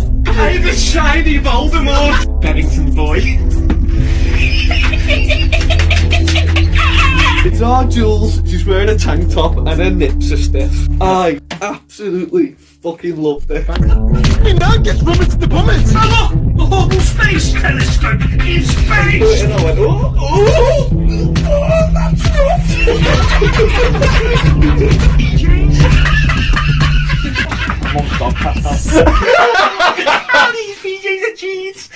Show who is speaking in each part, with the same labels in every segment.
Speaker 1: the shiny Voldemort! Bennington boy. It's our Jules. She's wearing a tank top and her nips are stiff. I absolutely fucking loved it.
Speaker 2: nuggets, rummets the bummets.
Speaker 3: Oh, look! The Hubble Space Telescope in space!
Speaker 1: And I went, oh, oh, oh, that's
Speaker 3: All these BJs are cheats!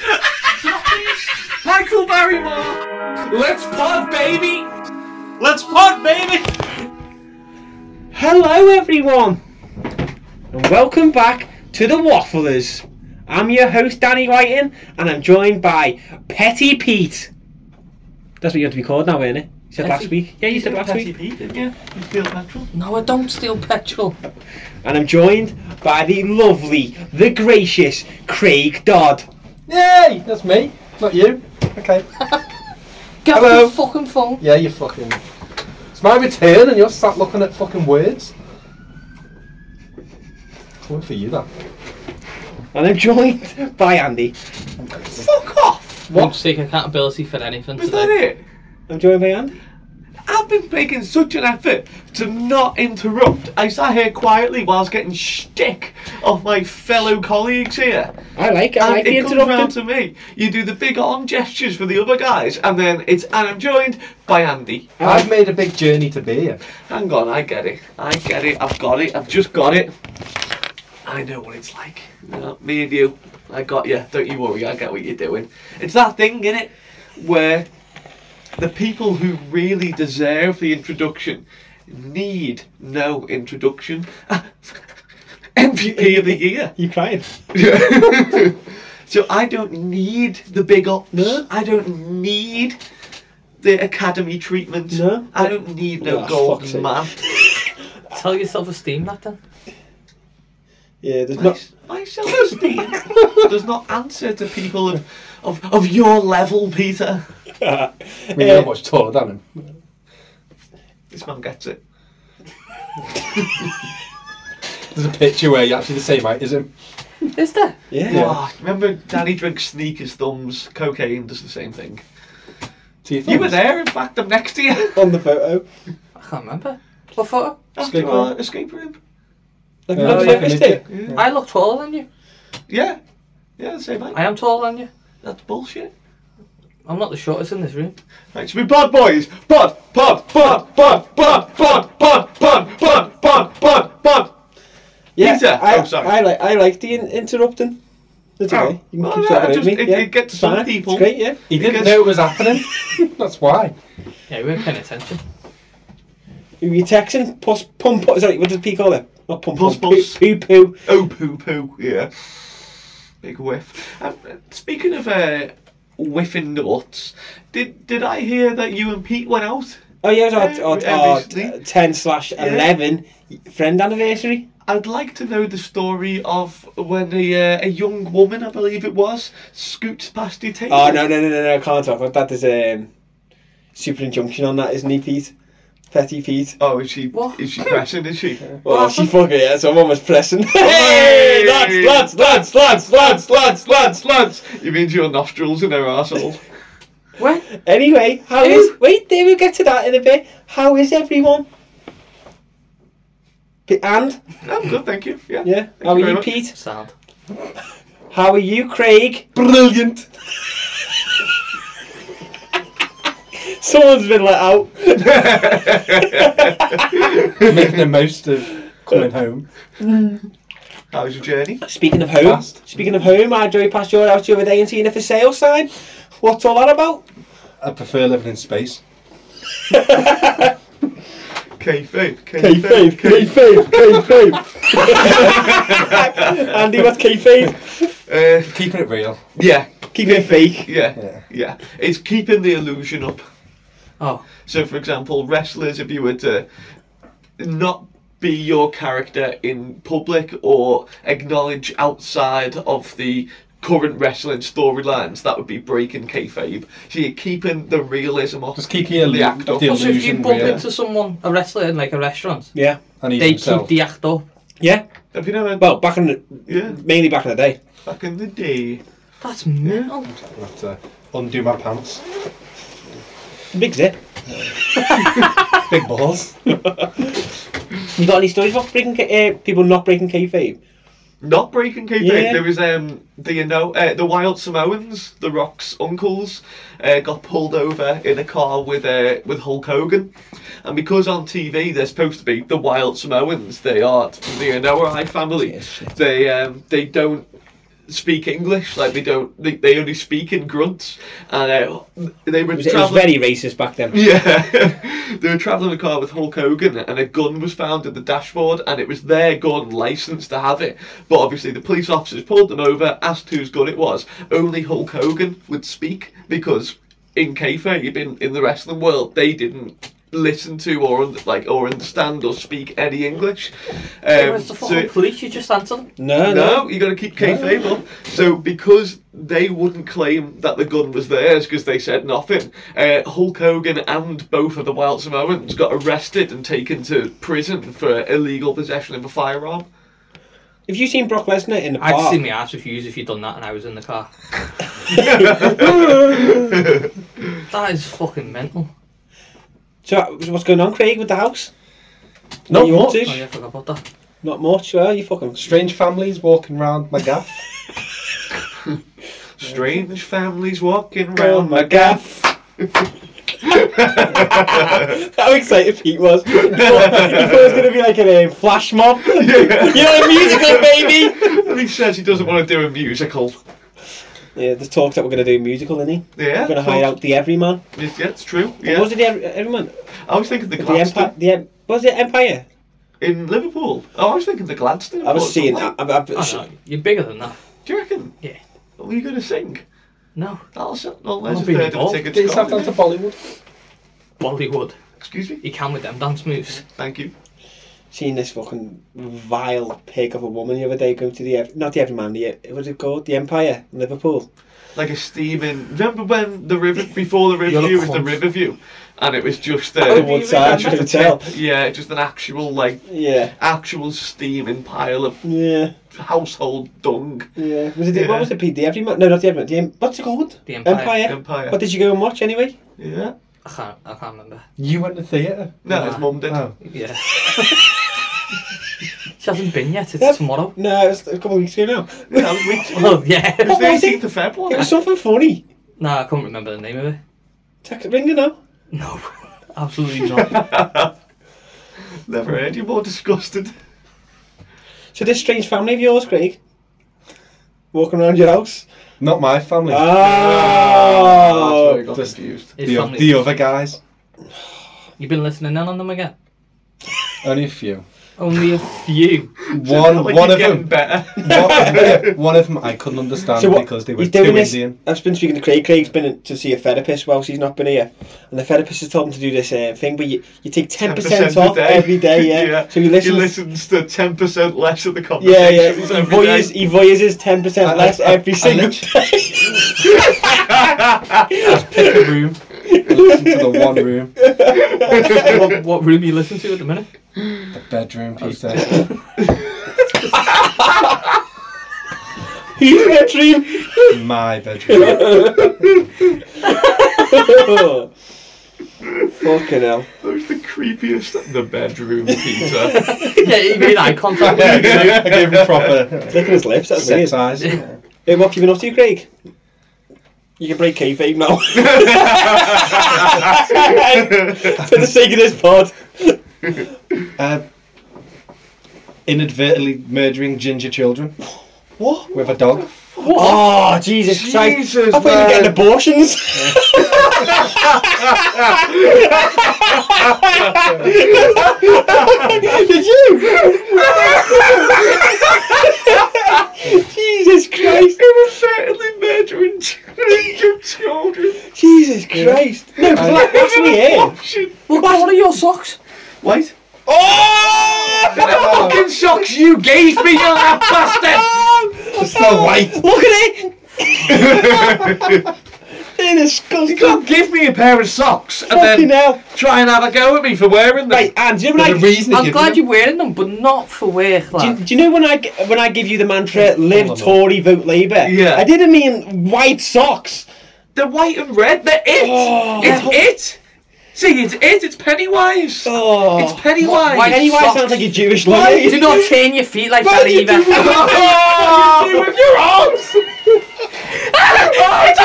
Speaker 1: Michael Barrymore. Let's pod, baby.
Speaker 2: Let's pod, baby.
Speaker 4: Hello, everyone, and welcome back to the Wafflers. I'm your host, Danny Whiting, and I'm joined by Petty Pete. That's what you have to be called now, ain't it? You said last week. Yeah, you said last week.
Speaker 2: Yeah, you feel natural.
Speaker 5: No, I don't steal petrol.
Speaker 4: And I'm joined by the lovely, the gracious Craig Dodd.
Speaker 2: Yay! That's me, not you. Okay.
Speaker 5: Get
Speaker 2: Hello.
Speaker 5: off the fucking phone.
Speaker 2: Yeah, you fucking. It's my return, and you're sat looking at fucking words. It's work for you, that.
Speaker 4: And I'm joined by Andy.
Speaker 1: Fuck off.
Speaker 5: Won't seek accountability for anything
Speaker 1: Is that
Speaker 5: today.
Speaker 1: it?
Speaker 4: I'm joined by Andy.
Speaker 1: I've been making such an effort to not interrupt. I sat here quietly whilst getting shtick off my fellow colleagues here.
Speaker 4: I like, I
Speaker 1: And
Speaker 4: like the
Speaker 1: it comes round
Speaker 4: interrupting.
Speaker 1: to me. You do the big arm gestures for the other guys, and then it's and I'm joined by Andy.
Speaker 4: I
Speaker 2: I've made a big journey to be here.
Speaker 1: Hang on, I get it. I get it. I've got it. I've just got it. I know what it's like. Yeah, me and you. I got you. Don't you worry. I get what you're doing. It's that thing, innit? Where the people who really deserve the introduction need no introduction. MVP of the year.
Speaker 4: You crying?
Speaker 1: so I don't need the big ups.
Speaker 4: No.
Speaker 1: I don't need the academy treatment.
Speaker 4: No.
Speaker 1: I don't need no
Speaker 4: Oh, fuck's
Speaker 1: gold
Speaker 4: sake.
Speaker 1: man.
Speaker 5: Tell yourself esteem that then.
Speaker 4: Yeah, there's
Speaker 1: My,
Speaker 4: not.
Speaker 1: my self-esteem does not answer to people of, of, of your level, Peter.
Speaker 2: I mean, you're much taller than him.
Speaker 1: This man gets it.
Speaker 2: There's a picture where you're actually the same height as him.
Speaker 5: Is there?
Speaker 4: yeah.
Speaker 1: Ah, remember, Danny drinks sneakers, thumbs, cocaine does the same thing.
Speaker 2: Do you
Speaker 1: You were there, in fact, I'm next to you.
Speaker 4: On the photo.
Speaker 5: I can't remember. What photo?
Speaker 1: After
Speaker 2: Escape
Speaker 1: our
Speaker 2: room.
Speaker 1: escape room.
Speaker 4: Have
Speaker 1: Uh,
Speaker 2: Yeah,
Speaker 4: you not
Speaker 5: yeah,
Speaker 4: noticed
Speaker 2: yeah.
Speaker 4: it?
Speaker 5: I look taller than you.
Speaker 1: Yeah. Yeah, same height.
Speaker 5: I am taller than you.
Speaker 1: That's bullshit.
Speaker 5: I'm not the shortest in this room.
Speaker 1: Right, should we pod boys? Pod, pod, pod, pod, pod, pod, pod, pod, pod, pod, pod, pod.
Speaker 4: Yeah,
Speaker 1: Peter.
Speaker 4: I,
Speaker 1: Oh, sorry.
Speaker 4: I like I like the in- interrupting. That's
Speaker 1: Oh.
Speaker 4: okay. You can
Speaker 1: Well,
Speaker 4: keep
Speaker 1: no,
Speaker 4: talking
Speaker 1: I
Speaker 4: over
Speaker 1: just-
Speaker 4: me.
Speaker 1: it-
Speaker 4: yeah.
Speaker 1: it gets
Speaker 4: it's
Speaker 1: some
Speaker 4: fine.
Speaker 1: people.
Speaker 4: It's great, yeah.
Speaker 2: He didn't
Speaker 1: Because-
Speaker 2: know it was happening. That's why.
Speaker 5: Yeah, you weren't paying attention.
Speaker 4: You texting pus pum pum. Sorry, what does P call it? Not pum
Speaker 1: Pus
Speaker 4: pum.
Speaker 1: pus.
Speaker 4: Poo poo. poo.
Speaker 1: Oh, poo poo, yeah. Big whiff. Um, speaking of uh, whiffing nuts, did did I hear that you and Pete went out?
Speaker 4: Oh yeah, it was
Speaker 1: Yeah,
Speaker 4: our,
Speaker 1: we-
Speaker 4: our, our
Speaker 1: obviously.
Speaker 4: t- ten slash eleven friend anniversary.
Speaker 1: I'd like to know the story of when a, uh, a young woman, I believe it was, scoots past your table.
Speaker 4: Oh no no no no no! I can't talk about that. There's a um, super injunction on that, isn't he, Pete? Petty Pete.
Speaker 1: Oh, is she,
Speaker 5: What?
Speaker 1: is she pressing, is she?
Speaker 4: Well, she fucking yeah. Someone was pressing.
Speaker 1: Hey!
Speaker 4: hey, lads, lads, lads, lads, lads, lads, lads, lads.
Speaker 1: You mean your nostrils and her arsehole?
Speaker 5: When?
Speaker 4: Anyway, how
Speaker 5: Who?
Speaker 4: is? Wait, there we'll get to that in a bit. How is everyone? P- And
Speaker 1: I'm good, thank you. Yeah.
Speaker 4: yeah,
Speaker 1: Thank
Speaker 4: how are
Speaker 1: you very
Speaker 4: you,
Speaker 1: much.
Speaker 4: Pete?
Speaker 5: Sound.
Speaker 4: How are you, Craig?
Speaker 2: Brilliant.
Speaker 4: Someone's been let out.
Speaker 2: Making the most of coming home.
Speaker 1: How was your journey?
Speaker 4: Speaking of home,
Speaker 2: Fast.
Speaker 4: speaking of home, I drove past your house the other day and seen a for sale sign. What's all that about?
Speaker 2: I prefer living in space.
Speaker 1: K-Faith.
Speaker 4: kayfabe, kayfabe. Andy, what's kayfabe?
Speaker 1: Uh,
Speaker 2: Keeping it real.
Speaker 1: yeah,
Speaker 4: Keep it fake.
Speaker 1: yeah, yeah,
Speaker 2: Yeah.
Speaker 1: It's keeping the illusion up.
Speaker 5: Oh,
Speaker 1: So, for example, wrestlers, if you were to not be your character in public or acknowledge outside of the current wrestling storylines, that would be breaking kayfabe. So you're keeping the realism off.
Speaker 2: Just keeping the,
Speaker 1: The act
Speaker 2: illu-
Speaker 1: up.
Speaker 2: the
Speaker 1: Well,
Speaker 5: also if you
Speaker 2: illusion
Speaker 5: bump
Speaker 2: real.
Speaker 5: into someone, a wrestler in like a restaurant,
Speaker 4: Yeah,
Speaker 2: And he's
Speaker 5: they keep
Speaker 2: himself.
Speaker 5: the act up.
Speaker 4: yeah.
Speaker 1: Have you never?
Speaker 4: Well, back in the,
Speaker 1: yeah,
Speaker 4: mainly back in the day.
Speaker 1: back in the day.
Speaker 5: That's mental.
Speaker 2: I have to undo my pants.
Speaker 4: Big zip.
Speaker 2: Big balls.
Speaker 4: You got any stories about breaking ca- uh, people not breaking kayfabe?
Speaker 1: Not breaking kayfabe.
Speaker 4: Yeah.
Speaker 1: There was um, the you know uh, the Wild Samoans, the Rock's uncles, uh, got pulled over in a car with uh, with Hulk Hogan, and because on TV they're supposed to be the Wild Samoans, they aren't the you know I family. They um, they don't speak English like they don't. They, they only speak in grunts, and uh, they were
Speaker 4: It was, it was
Speaker 1: traveling.
Speaker 4: very racist back then.
Speaker 1: Mm. Yeah, they were traveling in a car with Hulk Hogan, and a gun was found in the dashboard, and it was their gun, licensed to have it. But obviously, the police officers pulled them over, asked whose gun it was. Only Hulk Hogan would speak because in kayfabe, in in the wrestling world, they didn't listen to or un- like or understand or speak any English. Um,
Speaker 5: Where's the
Speaker 1: so-
Speaker 5: fucking police? You just answer them.
Speaker 4: No, no.
Speaker 1: no, you got to keep kayfabe up. So because they wouldn't claim that the gun was theirs because they said nothing, uh, Hulk Hogan and both of the Wild Samoans got arrested and taken to prison for illegal possession of a firearm.
Speaker 4: Have you seen Brock Lesnar in the
Speaker 5: I'd
Speaker 4: park?
Speaker 5: see my ass with yous if you'd done that and I was in the car. that is fucking mental.
Speaker 4: So, so what's going on, Craig, with the house?
Speaker 2: Not
Speaker 4: You up
Speaker 2: much.
Speaker 5: Oh yeah, I forgot about that.
Speaker 4: Not much. Well, you fucking
Speaker 2: Strange families walking round my gaff.
Speaker 1: Strange families walking round my gaff.
Speaker 4: How excited Pete was. He thought, he thought it was going to be like a um, flash mob. You're a musical baby!
Speaker 1: And he says he doesn't want to do a musical.
Speaker 4: Yeah, the talks that we're going to do a musical, isn't he?
Speaker 1: Yeah,
Speaker 4: We're going to hire out the Everyman.
Speaker 1: it's, yeah, it's true.
Speaker 4: Yeah.
Speaker 1: Yeah,
Speaker 4: was it the Every- Everyman?
Speaker 1: I was thinking the
Speaker 4: The Empire?
Speaker 1: Gladstone
Speaker 4: The, em- was it Empire?
Speaker 1: in Liverpool. Oh, I was thinking the Gladstone.
Speaker 4: I was
Speaker 1: Portsmouth.
Speaker 4: seeing that. I, I, I,
Speaker 5: Oh no, you're bigger than that.
Speaker 1: Do you reckon?
Speaker 5: Yeah.
Speaker 1: Are you going to sing?
Speaker 5: No,
Speaker 1: That'll, s- well, there's
Speaker 5: I'll
Speaker 1: a
Speaker 5: be
Speaker 1: third of
Speaker 5: involved.
Speaker 1: the tickets.
Speaker 2: Get yourself
Speaker 1: gone.
Speaker 2: down to Bollywood.
Speaker 5: Bollywood.
Speaker 1: Excuse me.
Speaker 5: You can with them dance moves.
Speaker 1: Thank you.
Speaker 4: seen this fucking vile pig of a woman the other day go to the Ev- not the Everyman, the what's it called? The Empire in Liverpool.
Speaker 1: like a steaming. Remember when the river before the river
Speaker 5: You're
Speaker 1: view
Speaker 5: a
Speaker 1: was the
Speaker 5: cunt.
Speaker 1: river view, and it was just
Speaker 4: The
Speaker 1: uh,
Speaker 4: one side
Speaker 1: just a
Speaker 4: hotel.
Speaker 1: tip. Yeah, just an actual like
Speaker 4: Yeah,
Speaker 1: actual steaming pile of
Speaker 4: yeah,
Speaker 1: household dung.
Speaker 4: yeah. Was it the,
Speaker 1: Yeah.
Speaker 4: what was it? Pete? The Everyman? No, not the Everyman. The em- what's it called?
Speaker 5: The Empire.
Speaker 1: Empire.
Speaker 4: What did you go and watch anyway?
Speaker 1: Yeah.
Speaker 5: I can't. I can't remember.
Speaker 2: You went to theatre.
Speaker 1: No,
Speaker 5: Nah.
Speaker 1: his mum did.
Speaker 2: Oh.
Speaker 5: Yeah. she hasn't been yet. It's
Speaker 4: Yep.
Speaker 5: tomorrow.
Speaker 4: No, it was a couple of weeks ago now.
Speaker 1: That was week two.
Speaker 5: Oh
Speaker 1: It was
Speaker 5: yeah.
Speaker 1: the
Speaker 4: was it?
Speaker 1: 18th of February.
Speaker 4: It was something funny.
Speaker 5: no, I can't remember the name of it.
Speaker 4: Text ringer now.
Speaker 5: No, absolutely not.
Speaker 1: Never heard you more disgusted.
Speaker 4: So this strange family of yours, Craig, walking around your house.
Speaker 2: Not my family.
Speaker 1: That's where I
Speaker 4: Oh,
Speaker 1: got
Speaker 2: Just-
Speaker 1: confused.
Speaker 5: Ah. His
Speaker 2: the, o-
Speaker 5: family-
Speaker 2: the other guys.
Speaker 5: You've been listening in on them again.
Speaker 2: Only a few.
Speaker 5: Only a few.
Speaker 2: One, one
Speaker 1: Like you're
Speaker 2: of them.
Speaker 1: getting better.
Speaker 2: one, yeah, one of them I couldn't understand
Speaker 4: So what-
Speaker 2: because they were
Speaker 4: he's
Speaker 2: too
Speaker 4: doing this.
Speaker 2: Indian.
Speaker 4: I've been speaking to Craig. Craig's been in- to see a therapist whilst he's not been here, and the therapist has told him to do this uh, thing where you, you take ten
Speaker 1: 10%
Speaker 4: percent
Speaker 1: a
Speaker 4: off every day. Yeah. So he listens.
Speaker 1: listens to 10% less of the
Speaker 4: yeah, yeah.
Speaker 1: conversations
Speaker 4: He
Speaker 1: every
Speaker 4: voyeurs,
Speaker 1: day.
Speaker 4: he voyeurs his ten percent
Speaker 2: I-
Speaker 4: less
Speaker 2: I-
Speaker 4: every
Speaker 2: I
Speaker 4: single
Speaker 2: lit-
Speaker 4: day.
Speaker 2: Pick a room. I listened to the one room.
Speaker 5: what, what room you listen to at the minute?
Speaker 2: The bedroom, Peter.
Speaker 4: He's in a dream.
Speaker 2: my bedroom.
Speaker 4: Fucking hell.
Speaker 1: That was the creepiest. The bedroom, Peter.
Speaker 5: yeah, you made eye contact.
Speaker 2: yeah, I
Speaker 5: with me.
Speaker 2: gave him- I gave him proper
Speaker 4: Licking his lips. That's weird.
Speaker 2: sex eyes.
Speaker 4: Hey, what have you been up to, Craig? You can break kayfabe now. For the sake of this pod.
Speaker 2: Uh, inadvertently murdering ginger children
Speaker 4: What?
Speaker 2: with a dog.
Speaker 4: Oh, Jesus, Christ.
Speaker 1: Jesus,
Speaker 4: I thought you were getting
Speaker 1: man.
Speaker 4: abortions. Did you? Jesus Christ.
Speaker 1: certainly murdering ginger children.
Speaker 4: Jesus Christ. No, because that, that's me, eh?
Speaker 1: Option.
Speaker 5: Look, what are your socks?
Speaker 1: Wait.
Speaker 4: Oh!
Speaker 1: Fucking socks you gave me, you little bastard!
Speaker 2: It's still white.
Speaker 4: Look at it! fucking disgusting.
Speaker 1: You can't give me a pair of socks and
Speaker 4: fucking
Speaker 1: then
Speaker 4: hell.
Speaker 1: try and have a go at me for wearing them.
Speaker 4: Right, and do you know
Speaker 2: There's
Speaker 4: when
Speaker 2: a
Speaker 4: I-
Speaker 2: reason
Speaker 5: I'm
Speaker 2: you
Speaker 5: glad you're wearing them, but not for work,
Speaker 4: Do you,
Speaker 5: lad.
Speaker 4: do you know when I g- when I give you the mantra "Live Tory, vote Labour"?
Speaker 1: Yeah.
Speaker 4: I didn't mean white socks.
Speaker 1: They're white and red. They're it.
Speaker 4: Oh.
Speaker 1: it's it. See, it's it. It's Pennywise.
Speaker 4: Oh,
Speaker 1: It's Pennywise.
Speaker 5: why
Speaker 4: Pennywise
Speaker 5: socks.
Speaker 4: sounds like a Jewish
Speaker 1: Why
Speaker 4: lady.
Speaker 1: did
Speaker 5: Do not train your feet like
Speaker 1: What
Speaker 5: that
Speaker 1: did you do
Speaker 5: either.
Speaker 1: with- what did you do with your arms? oh, no!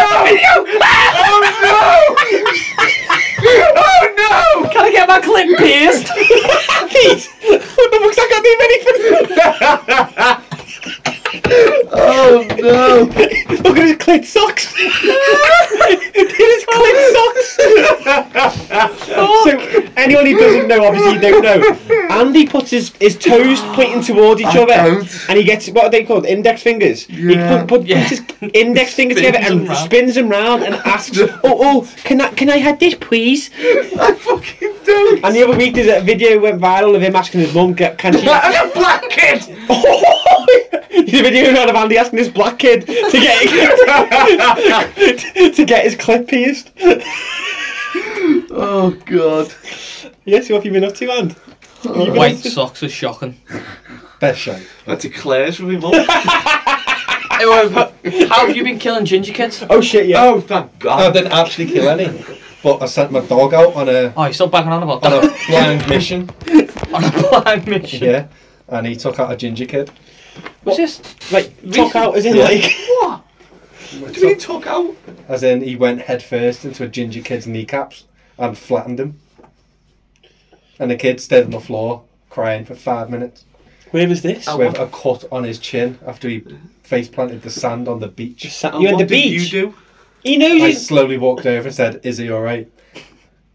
Speaker 1: Oh no!
Speaker 5: Can I get my clip pierced?
Speaker 4: Pete, what the fuck's that got to do with
Speaker 1: Oh no!
Speaker 4: anything? Look at his clit socks. Look at his clit socks. so anyone who doesn't know, obviously, don't know. Andy puts his, his toes pointing towards each other,
Speaker 1: don't.
Speaker 4: and he gets what are they called? Index fingers. He
Speaker 1: Yeah.
Speaker 4: put, put,
Speaker 5: Yeah.
Speaker 4: puts his index fingers
Speaker 5: Spins
Speaker 4: together and
Speaker 5: them round.
Speaker 4: spins them round and asks, "Oh, oh, can I can I have this, please?"
Speaker 1: I fucking don't.
Speaker 4: And the other week, there's a uh, video went viral of him asking his mum, "Can can she?"
Speaker 1: I'm a black kid.
Speaker 4: You've been hearing out of Andy asking this black kid to get to get his clip pierced.
Speaker 1: Oh god.
Speaker 4: Yes, what have you been up to, Andy?
Speaker 5: White socks are shocking.
Speaker 2: Best show.
Speaker 1: That's a Claire's from my mum.
Speaker 5: Hey, wait, wha- How have you been killing ginger kids?
Speaker 4: Oh shit, yeah.
Speaker 1: Oh thank
Speaker 2: I
Speaker 1: God.
Speaker 2: didn't actually kill any, but I sent my dog out on a
Speaker 5: Oh, you're still banging on about
Speaker 2: on a
Speaker 5: that.
Speaker 2: blind mission.
Speaker 5: On a blind mission.
Speaker 2: Yeah, and he took out a ginger kid.
Speaker 5: What's this?
Speaker 4: Like talk out as in like.
Speaker 1: What? What do you mean took out?
Speaker 2: As in, he went headfirst into a ginger kid's kneecaps and flattened him. And the kid stayed on the floor crying for five minutes
Speaker 4: Where was this?
Speaker 2: with a cut on his chin after he face planted the sand on the beach.
Speaker 4: Sat
Speaker 1: And
Speaker 4: you at
Speaker 1: what
Speaker 4: the
Speaker 1: did
Speaker 4: beach.
Speaker 1: You do.
Speaker 4: He knows
Speaker 2: I
Speaker 4: he's.
Speaker 2: slowly walked over and said, Is he alright?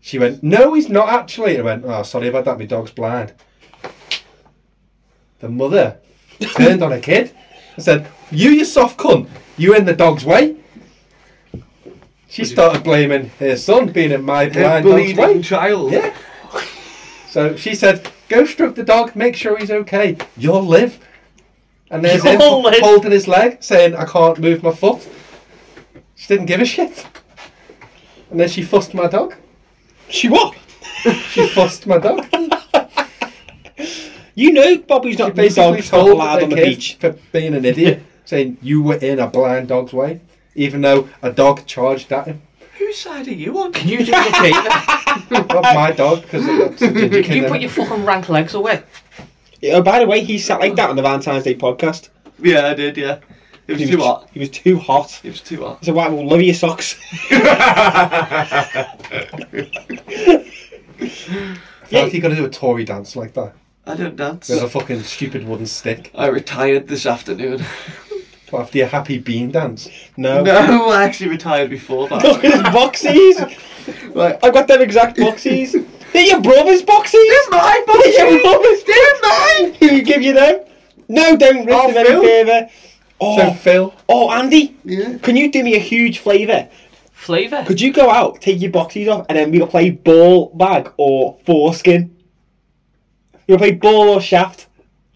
Speaker 2: She went, No, he's not actually. I went, Oh, sorry about that, my dog's blind. The mother turned on her kid and said, You, you soft cunt, you in the dog's way. She started blaming her son being in my
Speaker 1: A
Speaker 2: blind dog's
Speaker 1: bleeding
Speaker 2: way.
Speaker 1: child.
Speaker 2: Yeah. So she said, Go stroke the dog, make sure he's okay. You'll live. And there's him
Speaker 4: You'll live.
Speaker 2: holding his leg, saying, I can't move my foot. She didn't give a shit. And then she fussed my dog.
Speaker 4: She what?
Speaker 2: She fussed my dog.
Speaker 4: You know Bobby's
Speaker 2: She
Speaker 4: not the
Speaker 2: basically
Speaker 4: dog's not
Speaker 2: told
Speaker 4: allowed
Speaker 2: the
Speaker 4: on the
Speaker 2: kid
Speaker 4: beach.
Speaker 2: for being an idiot, saying, You were in a blind dog's way. Even though a dog charged at him.
Speaker 1: Whose side are you on?
Speaker 5: Can you do me a favour?
Speaker 2: Not my dog, because it's a
Speaker 5: Can
Speaker 2: ginger kid.
Speaker 5: you put your fucking rank legs away?
Speaker 4: Oh, by the way, he sat like that on the Valentine's Day podcast.
Speaker 1: Yeah, I did. Yeah. It was
Speaker 4: He
Speaker 1: too
Speaker 4: was,
Speaker 1: hot.
Speaker 4: He was too hot.
Speaker 1: It was too hot.
Speaker 4: So why will love your socks?
Speaker 2: How you going to do a Tory dance like that?
Speaker 1: I don't dance.
Speaker 2: With a fucking stupid wooden stick.
Speaker 1: I retired this afternoon.
Speaker 2: Well, after your happy bean dance.
Speaker 4: No.
Speaker 1: No, I actually retired before
Speaker 4: Look at
Speaker 1: that.
Speaker 4: his boxies.
Speaker 1: like,
Speaker 4: I've got them exact boxies. They're your brother's boxies.
Speaker 1: They're my
Speaker 4: They're your
Speaker 1: boxes.
Speaker 4: brother's.
Speaker 1: They're mine.
Speaker 4: Who give you them? No, don't rip
Speaker 1: Oh,
Speaker 4: them any
Speaker 1: Phil.
Speaker 4: further.
Speaker 2: So
Speaker 4: Oh,
Speaker 2: Phil,
Speaker 4: oh, Andy,
Speaker 1: Yeah.
Speaker 4: can you do me a huge flavour?
Speaker 5: Flavour?
Speaker 4: Could you go out, take your boxies off, and then we'll play ball bag or foreskin? You'll play ball or shaft.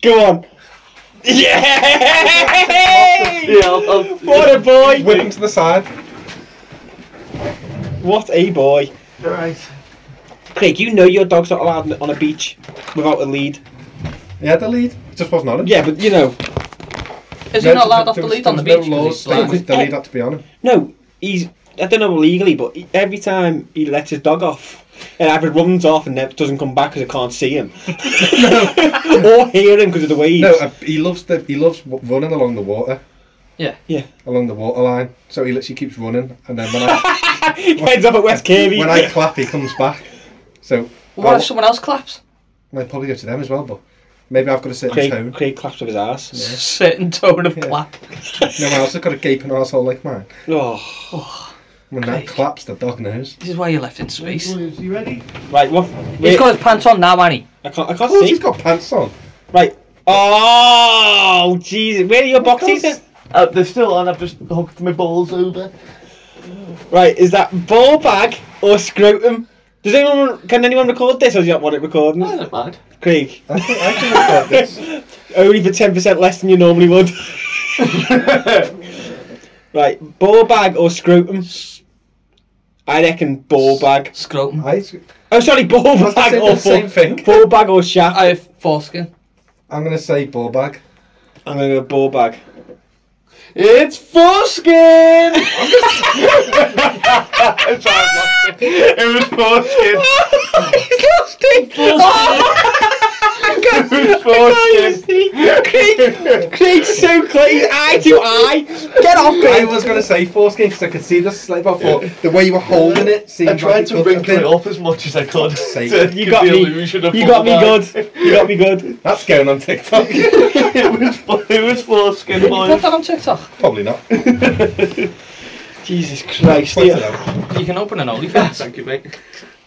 Speaker 4: Go on. Yeah!
Speaker 1: Yeah. I'll, I'll,
Speaker 4: What a
Speaker 2: whip him
Speaker 4: boy!
Speaker 2: to the side.
Speaker 4: What a boy!
Speaker 1: Right.
Speaker 4: Craig, you know your dog's not allowed on a beach without a lead.
Speaker 2: He had the lead. Just wasn't on him.
Speaker 4: Yeah, but you know,
Speaker 5: Is
Speaker 2: No,
Speaker 5: he not allowed
Speaker 2: there
Speaker 5: off the
Speaker 2: was-
Speaker 5: lead on the
Speaker 2: there
Speaker 5: beach?
Speaker 2: was
Speaker 5: 'cause he's
Speaker 2: No
Speaker 5: "Eh."
Speaker 2: laws.
Speaker 5: blind?
Speaker 2: saying that The lead had to be on him.
Speaker 4: no, he's. I don't know legally, but he- every time he lets his dog off, it either runs off and then doesn't come back because I can't see him, or hear him because of the waves.
Speaker 2: No, uh, he loves the he loves w- running along the water,
Speaker 5: Yeah.
Speaker 2: along the water line. So he literally keeps running, and then when I
Speaker 4: Heads up at West Kirby.
Speaker 2: when I clap, he comes back. So
Speaker 5: Well, what
Speaker 2: well,
Speaker 5: if someone else claps?
Speaker 2: I'd probably go to them as well, but maybe I've got a certain
Speaker 4: Craig,
Speaker 2: tone.
Speaker 4: Craig claps with his ass.
Speaker 5: Certain tone of
Speaker 2: Yeah.
Speaker 5: clap.
Speaker 2: No one else has got a gaping arsehole like mine.
Speaker 4: Oh.
Speaker 2: When that
Speaker 5: Craig.
Speaker 2: claps, the dog knows.
Speaker 5: This is why you're left in space.
Speaker 1: Boys, you ready?
Speaker 4: Right, what?
Speaker 5: He's
Speaker 4: wait,
Speaker 5: got his pants on now, Annie.
Speaker 4: I can't, I
Speaker 2: Of
Speaker 4: can't
Speaker 2: course,
Speaker 4: see.
Speaker 2: he's got pants on.
Speaker 4: Right. Oh, Jesus. Where are your boxies then?
Speaker 1: Uh, they're still on. I've just hooked my balls over.
Speaker 4: Right, is that ball bag or scrotum? Does anyone, can anyone record this or do you not want it recording?
Speaker 1: I don't mind.
Speaker 4: Craig,
Speaker 2: I can, I can record this.
Speaker 4: only for 10% less than you normally would. right, ball bag or scrotum? I reckon ball bag.
Speaker 5: Scrotum.
Speaker 2: I,
Speaker 4: Oh, sorry, ball
Speaker 2: was gonna
Speaker 4: bag
Speaker 2: say
Speaker 4: or
Speaker 2: the same
Speaker 4: thing.
Speaker 2: thing.
Speaker 4: Ball bag or shaft.
Speaker 5: I have foreskin.
Speaker 2: I'm going to say ball bag.
Speaker 4: I'm gonna go ball bag.
Speaker 1: It's foreskin! I'm sorry, I lost it. It was foreskin.
Speaker 4: He's lost it. Oh.
Speaker 1: It was
Speaker 4: Craig's
Speaker 1: foreskin.
Speaker 4: so clean, eye to eye. Get off
Speaker 2: I
Speaker 4: it.
Speaker 2: was going to say foreskin because I could see the slip. I thought the way you were holding it seemed
Speaker 1: I tried
Speaker 2: like it could
Speaker 1: to
Speaker 2: have
Speaker 1: wrinkle it
Speaker 2: been-
Speaker 1: up as much as I could.
Speaker 2: Sake.
Speaker 1: to
Speaker 4: You
Speaker 1: give
Speaker 4: got
Speaker 1: the
Speaker 4: me.
Speaker 1: illusion of
Speaker 4: You got me
Speaker 1: football.
Speaker 4: good. You got me good.
Speaker 2: That's going on TikTok.
Speaker 1: it was fo- it was foreskin,
Speaker 5: Put
Speaker 1: boys.
Speaker 5: that on TikTok.
Speaker 2: Probably not.
Speaker 4: Jesus Christ.
Speaker 2: Point it
Speaker 4: Yeah.
Speaker 2: out.
Speaker 5: You can open an OnlyFans.
Speaker 1: Thank you, mate.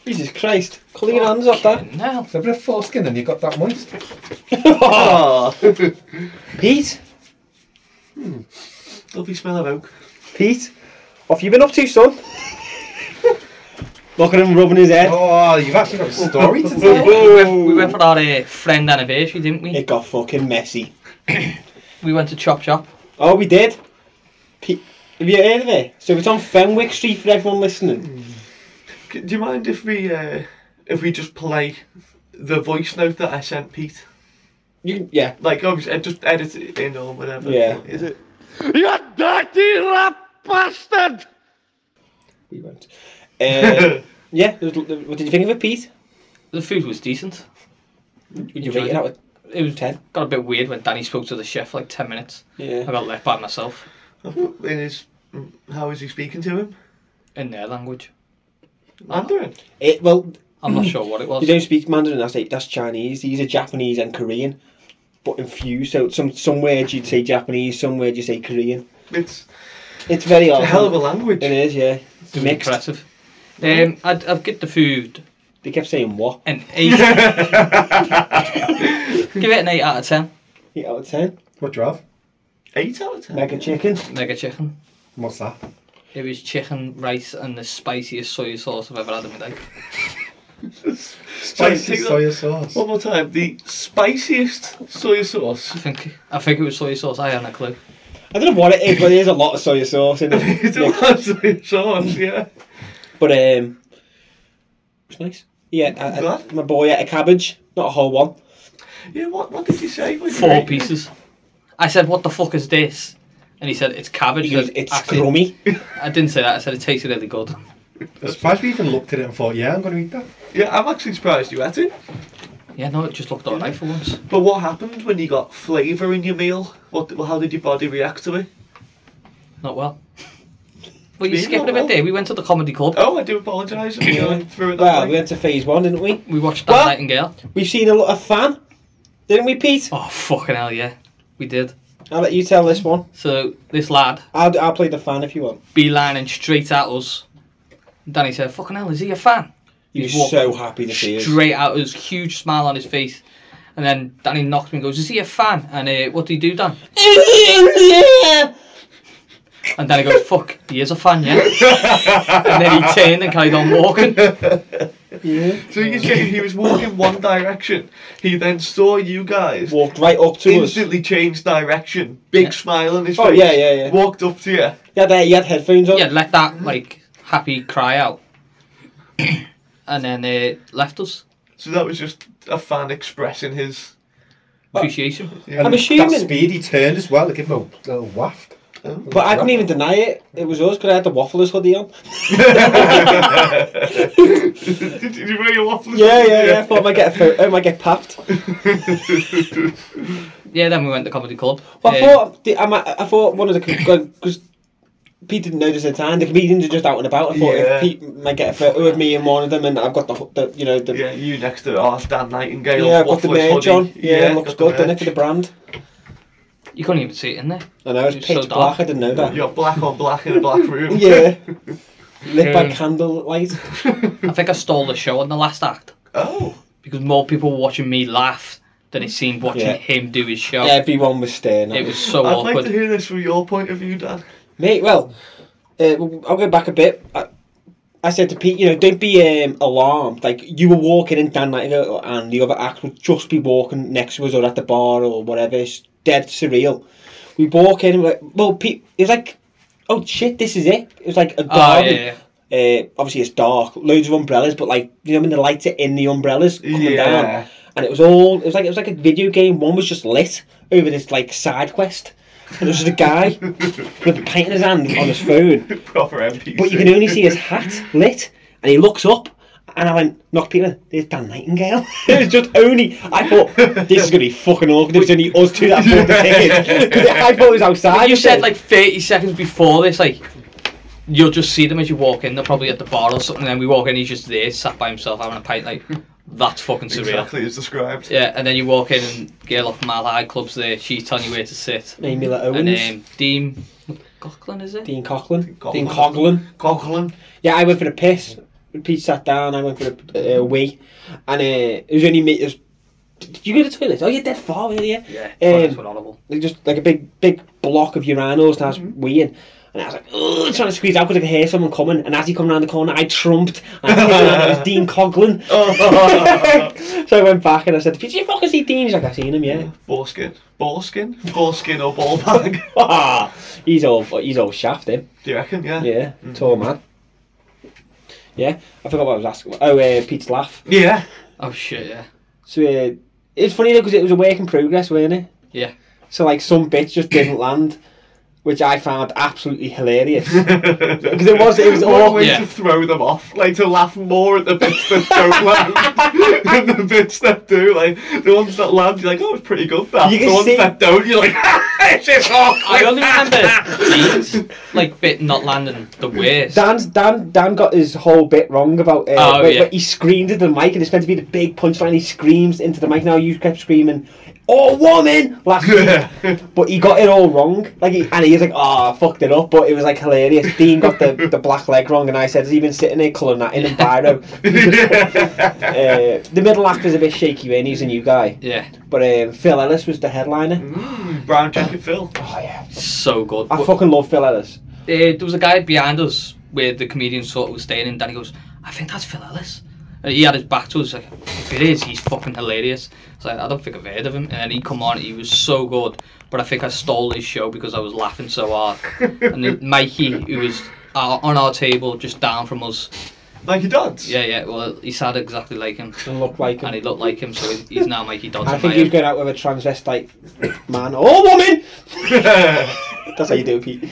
Speaker 4: Jesus Christ. Clean your hands off that.
Speaker 5: no.
Speaker 2: It's a bit of foreskin and you got that moist.
Speaker 1: Oh,
Speaker 4: Pete,
Speaker 1: lovely smell of oak.
Speaker 4: Pete, what have you been up to, son? Look at him rubbing his head.
Speaker 2: Oh, you've actually got a story to
Speaker 5: We
Speaker 2: tell.
Speaker 5: went, we went for our uh, friend anniversary, didn't we?
Speaker 4: It got fucking messy.
Speaker 5: We went to Chop Chop.
Speaker 4: Oh, we did. Pete, have you heard of it? So it's on Fenwick Street for everyone listening.
Speaker 1: C- Do you mind if we uh, if we just play the voice note that I sent Pete?
Speaker 4: You, yeah.
Speaker 1: Like, obviously, I just edit it in or whatever.
Speaker 4: Yeah.
Speaker 1: Is it?
Speaker 4: We went. Uh, yeah. there was- there- What did you think of it, Pete?
Speaker 5: The food was decent.
Speaker 4: Would you rate it out of
Speaker 5: It was
Speaker 4: ten?
Speaker 5: got a bit weird when Danny spoke to the chef for like ten minutes. I
Speaker 4: Yeah.
Speaker 5: got left by myself
Speaker 1: In his, mm, how is he speaking to him?
Speaker 5: in their language.
Speaker 4: Ah.
Speaker 1: Mandarin.
Speaker 4: It, well,
Speaker 5: I'm not sure what it was.
Speaker 4: you don't speak Mandarin. That's like, that's Chinese. These are Japanese and Korean, but infused. So some some words you'd say Japanese, some words you say Korean.
Speaker 1: It's
Speaker 4: It's very odd.
Speaker 1: a hell of a language.
Speaker 4: It is, yeah.
Speaker 5: It was
Speaker 4: mixed.
Speaker 5: impressive. Um, I'd, I'd give the food
Speaker 4: They kept saying what?
Speaker 5: an eight. give it an eight out of ten.
Speaker 4: Eight out of ten.
Speaker 2: What do you have?
Speaker 1: Eight out of ten.
Speaker 4: Mega chicken.
Speaker 5: Mega chicken.
Speaker 2: What's that?
Speaker 5: It was chicken, rice, and the spiciest soy sauce I've ever had in my life.
Speaker 1: Spicy
Speaker 2: Spicy soy sauce.
Speaker 1: One more time. The spiciest soy
Speaker 5: I
Speaker 1: sauce.
Speaker 5: think I think it was soy sauce. I haven't a clue.
Speaker 4: I don't know what it is, but there's a lot of soy sauce in it.
Speaker 1: It's a
Speaker 4: Yeah.
Speaker 1: lot of soy sauce, yeah.
Speaker 4: But um, it's nice. Yeah, I, I-
Speaker 1: Glad.
Speaker 4: my boy ate a cabbage, not a whole one.
Speaker 1: Yeah, what, what did you say? when you
Speaker 5: Four
Speaker 1: ate it?
Speaker 5: pieces. I said, "What the fuck is this?" And he said, "It's cabbage."
Speaker 4: He goes,
Speaker 5: I said,
Speaker 4: it's
Speaker 5: "Actually,
Speaker 4: crummy.
Speaker 5: I didn't say that. I said it tasted really good.
Speaker 2: I'm surprised we even looked at it and thought, yeah, I'm going to eat that.
Speaker 1: Yeah, I'm actually surprised you ate it.
Speaker 5: Yeah, no, it just looked alright for once.
Speaker 1: But what happened when you got flavour in your meal? What? How did your body react to it?
Speaker 5: Not well. Well, you
Speaker 1: Me?
Speaker 5: skipped
Speaker 1: Not
Speaker 5: a bit
Speaker 1: well.
Speaker 5: there. We went to the comedy club.
Speaker 1: Oh, I do apologise. if you went through it that
Speaker 4: Well,
Speaker 1: way.
Speaker 4: we went to phase one, didn't we?
Speaker 5: We watched that
Speaker 4: What?
Speaker 5: Nightingale.
Speaker 4: We've seen a lot of fan, didn't we, Pete?
Speaker 5: Oh fucking hell, yeah, we did.
Speaker 4: I'll let you tell this one.
Speaker 5: So this lad
Speaker 4: I'll, I'll play the fan if you want.
Speaker 5: beelining straight at us. Danny said, "Fucking hell, is he a fan?"
Speaker 4: He was
Speaker 5: He's walked
Speaker 4: so happy to see us.
Speaker 5: straight at us, huge smile on his face. And then Danny knocks me and goes, Is he a fan? And uh, what do you do, Dan? And Danny goes, Fuck, he is a fan, yeah. and then he turned and carried on walking.
Speaker 4: Yeah.
Speaker 1: So you see, he was walking one direction. He then saw you guys.
Speaker 4: Walked right up to us.
Speaker 1: Instantly changed direction. Big
Speaker 5: Yeah.
Speaker 1: smile on his
Speaker 4: Oh,
Speaker 1: face.
Speaker 4: yeah, yeah, yeah.
Speaker 1: Walked up to you.
Speaker 4: Yeah, there, he had headphones on.
Speaker 5: Oh, Yeah, let that like happy cry out. and then uh, left us.
Speaker 1: So that was just a fan expressing his.
Speaker 5: Appreciation.
Speaker 1: Yeah.
Speaker 4: I'm
Speaker 2: That
Speaker 4: assuming-
Speaker 2: speed he turned as well, it gave him a little waft.
Speaker 1: oh,
Speaker 4: But I couldn't even deny it. It was us because I had the wafflers hoodie on.
Speaker 1: did, did you wear your waffles?
Speaker 4: Yeah, yeah, yeah. I thought I might get a photo, I might get papped.
Speaker 5: Yeah, then we went to comedy club.
Speaker 4: Well, I
Speaker 5: Uh,
Speaker 4: thought the, I, might, I thought one of the because Pete didn't notice at the time. The comedians are just out and about. I thought
Speaker 1: Yeah.
Speaker 4: if Pete might get a photo of me and one of them, and I've got the, ho- the you know the yeah,
Speaker 1: Yeah, you next to our Dan Nightingale.
Speaker 4: I've got the
Speaker 1: waffle hoodie.
Speaker 4: merch on. Yeah, it looks good.
Speaker 1: got the
Speaker 4: Done it for the
Speaker 1: merch.
Speaker 4: brand.
Speaker 5: you couldn't even see it in there.
Speaker 4: I know it's
Speaker 5: It's so
Speaker 4: pitch
Speaker 5: dark.
Speaker 4: black. I didn't know that.
Speaker 1: You're black on black in a black room.
Speaker 4: Yeah, lit by
Speaker 5: Yeah.
Speaker 4: candlelight.
Speaker 5: I think I stole the show on the last act
Speaker 1: Oh.
Speaker 5: because more people were watching me laugh than it seemed watching
Speaker 4: Yeah.
Speaker 5: him do his show.
Speaker 4: Everyone was staring. At
Speaker 5: Oh. It
Speaker 4: me.
Speaker 5: was so
Speaker 1: I'd
Speaker 5: awkward.
Speaker 1: like to hear this from your point of view, Dan.
Speaker 4: Mate, well, uh, well, I'll go back a bit. I, I said to Pete, you know, don't be um, alarmed. Like, you were walking in Dan Nightingale and the other act would just be walking next to us or at the bar or whatever. It's dead surreal. We walk in and we're like, well, Pete, it was like, oh shit, this is it. It was like a garden.
Speaker 5: Oh, yeah, yeah.
Speaker 4: Uh, obviously, it's dark. Loads of umbrellas, but like you know, when the lights are in the umbrellas coming
Speaker 1: Yeah.
Speaker 4: down, and it was all it was like it was like a video game. One was just lit over this like side quest. And it was just a guy with a pint in his hand on his phone,
Speaker 1: Proper NPC.
Speaker 4: but you can only see his hat lit, and he looks up. And I went, knock Peter, there's Dan Nightingale. it was just only, I thought, this is going to be fucking awkward. It was only us two that bought the ticket. 'Cause I thought it was outside.
Speaker 5: you said
Speaker 4: so-
Speaker 5: like 30 seconds before this, like, you'll just see them as you walk in. They're probably at the bar or something. And then we walk in, he's just there, sat by himself, having a pint. Like, that's fucking surreal.
Speaker 1: Exactly as described.
Speaker 5: Yeah, and then you walk in and girl off Mile High Club's there. She's telling you where to sit.
Speaker 4: Named Miller Owens.
Speaker 5: And um, Dean Coughlin, is it?
Speaker 4: Dean Coughlin.
Speaker 1: Coughlin.
Speaker 4: Dean Coughlin.
Speaker 1: Coughlin.
Speaker 4: Yeah, I went for the piss. Pete sat down. I went for the uh, wee, and uh, it was only me. It was, did you go to the toilet? Oh, you're dead far, weren't you?
Speaker 5: Yeah,
Speaker 4: Um,
Speaker 5: that's what horrible.
Speaker 4: Like just like a big, big block of urinals, and I was weeing. And I was like, Ugh, trying to squeeze out because I could hear someone coming. And as he come round the corner, I trumped. And I turned around, it was Dean Coughlin. so I went back and I said, Did you fucking see Dean? He's like, I seen him, yeah.
Speaker 1: Foreskin. Ballskin? Foreskin or ball bag?
Speaker 4: Ah, he's all he's all shaft, him.
Speaker 1: Do you reckon? Yeah.
Speaker 4: Yeah,
Speaker 5: Mm-hmm.
Speaker 4: tall man. Yeah, I forgot what I was asking. Oh, uh, Pete's laugh.
Speaker 1: Yeah.
Speaker 5: Oh shit, yeah.
Speaker 4: So uh, it's funny though because it was a work in progress, wasn't it?
Speaker 5: Yeah.
Speaker 4: So like some bits just didn't land, which I found absolutely hilarious.
Speaker 1: Because
Speaker 4: it was- it was
Speaker 1: one
Speaker 4: awful.
Speaker 1: way
Speaker 5: Yeah.
Speaker 1: to throw them off, like to laugh more at the bits that don't land than the bits that do. Like the ones that land, you're like, oh, it's pretty good. That
Speaker 4: You can
Speaker 1: the ones
Speaker 4: see-
Speaker 1: that don't, you're like, it's just
Speaker 4: Oh,
Speaker 1: awkward.
Speaker 5: I only remember Dean's like bit not landing the worst.
Speaker 4: Dan's Dan Dan got his whole bit wrong about uh,
Speaker 5: Oh,
Speaker 4: where-
Speaker 5: yeah.
Speaker 4: where he screamed at the mic and it's meant to be the big punchline. He screams into the mic. Now you kept screaming, "Oh woman!" last week, but he got it all wrong. Like he, and he was like, "Ah, fucked it up," but it was like hilarious. Dean got the, the black leg wrong, and I said, "Has he been sitting there colouring that in a biro?"
Speaker 1: yeah.
Speaker 4: Uh, the middle act was a bit shaky when he's a new guy,
Speaker 5: Yeah, Mm-hmm.
Speaker 4: but um, Phil Ellis was the headliner.
Speaker 1: Mm, brown jacket Phil.
Speaker 4: Oh yeah,
Speaker 5: so good.
Speaker 4: I
Speaker 5: But,
Speaker 4: fucking love Phil Ellis.
Speaker 5: uh, there was a guy behind us where the comedian sort of was staying, and Danny goes, "I think that's Phil Ellis." And he had his back to us. Like, if it is, he's fucking hilarious. It's like I don't think I've heard of him. And then he come on, he was so good. But I think I stole his show because I was laughing so hard. and then Mikey, who was uh, on our table just down from us,
Speaker 1: Like your dad's.
Speaker 5: yeah, yeah. Well, he sounded exactly like him.
Speaker 4: And look like him.
Speaker 5: and he looked like him, so he's now Mikey Dodson.
Speaker 4: I think he was going out with a transvestite man or woman. That's how you do it, Pete.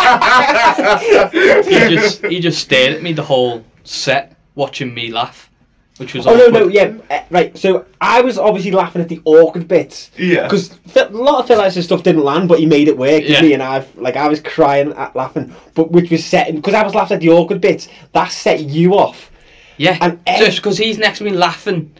Speaker 5: he just he just stared at me the whole set, watching me laugh, which was
Speaker 4: Oh no,
Speaker 5: awkward.
Speaker 4: no, yeah, uh, right. So I was obviously laughing at the awkward bits
Speaker 1: yeah.
Speaker 4: because a lot of Phil Ellis' stuff didn't land, but he made it work. didn't
Speaker 5: Yeah.
Speaker 4: he? and I, like, I was crying at laughing, but which was setting because I was laughing at the awkward bits. That set you off.
Speaker 5: yeah.
Speaker 4: and eh, ev-
Speaker 5: just because he's next to me laughing,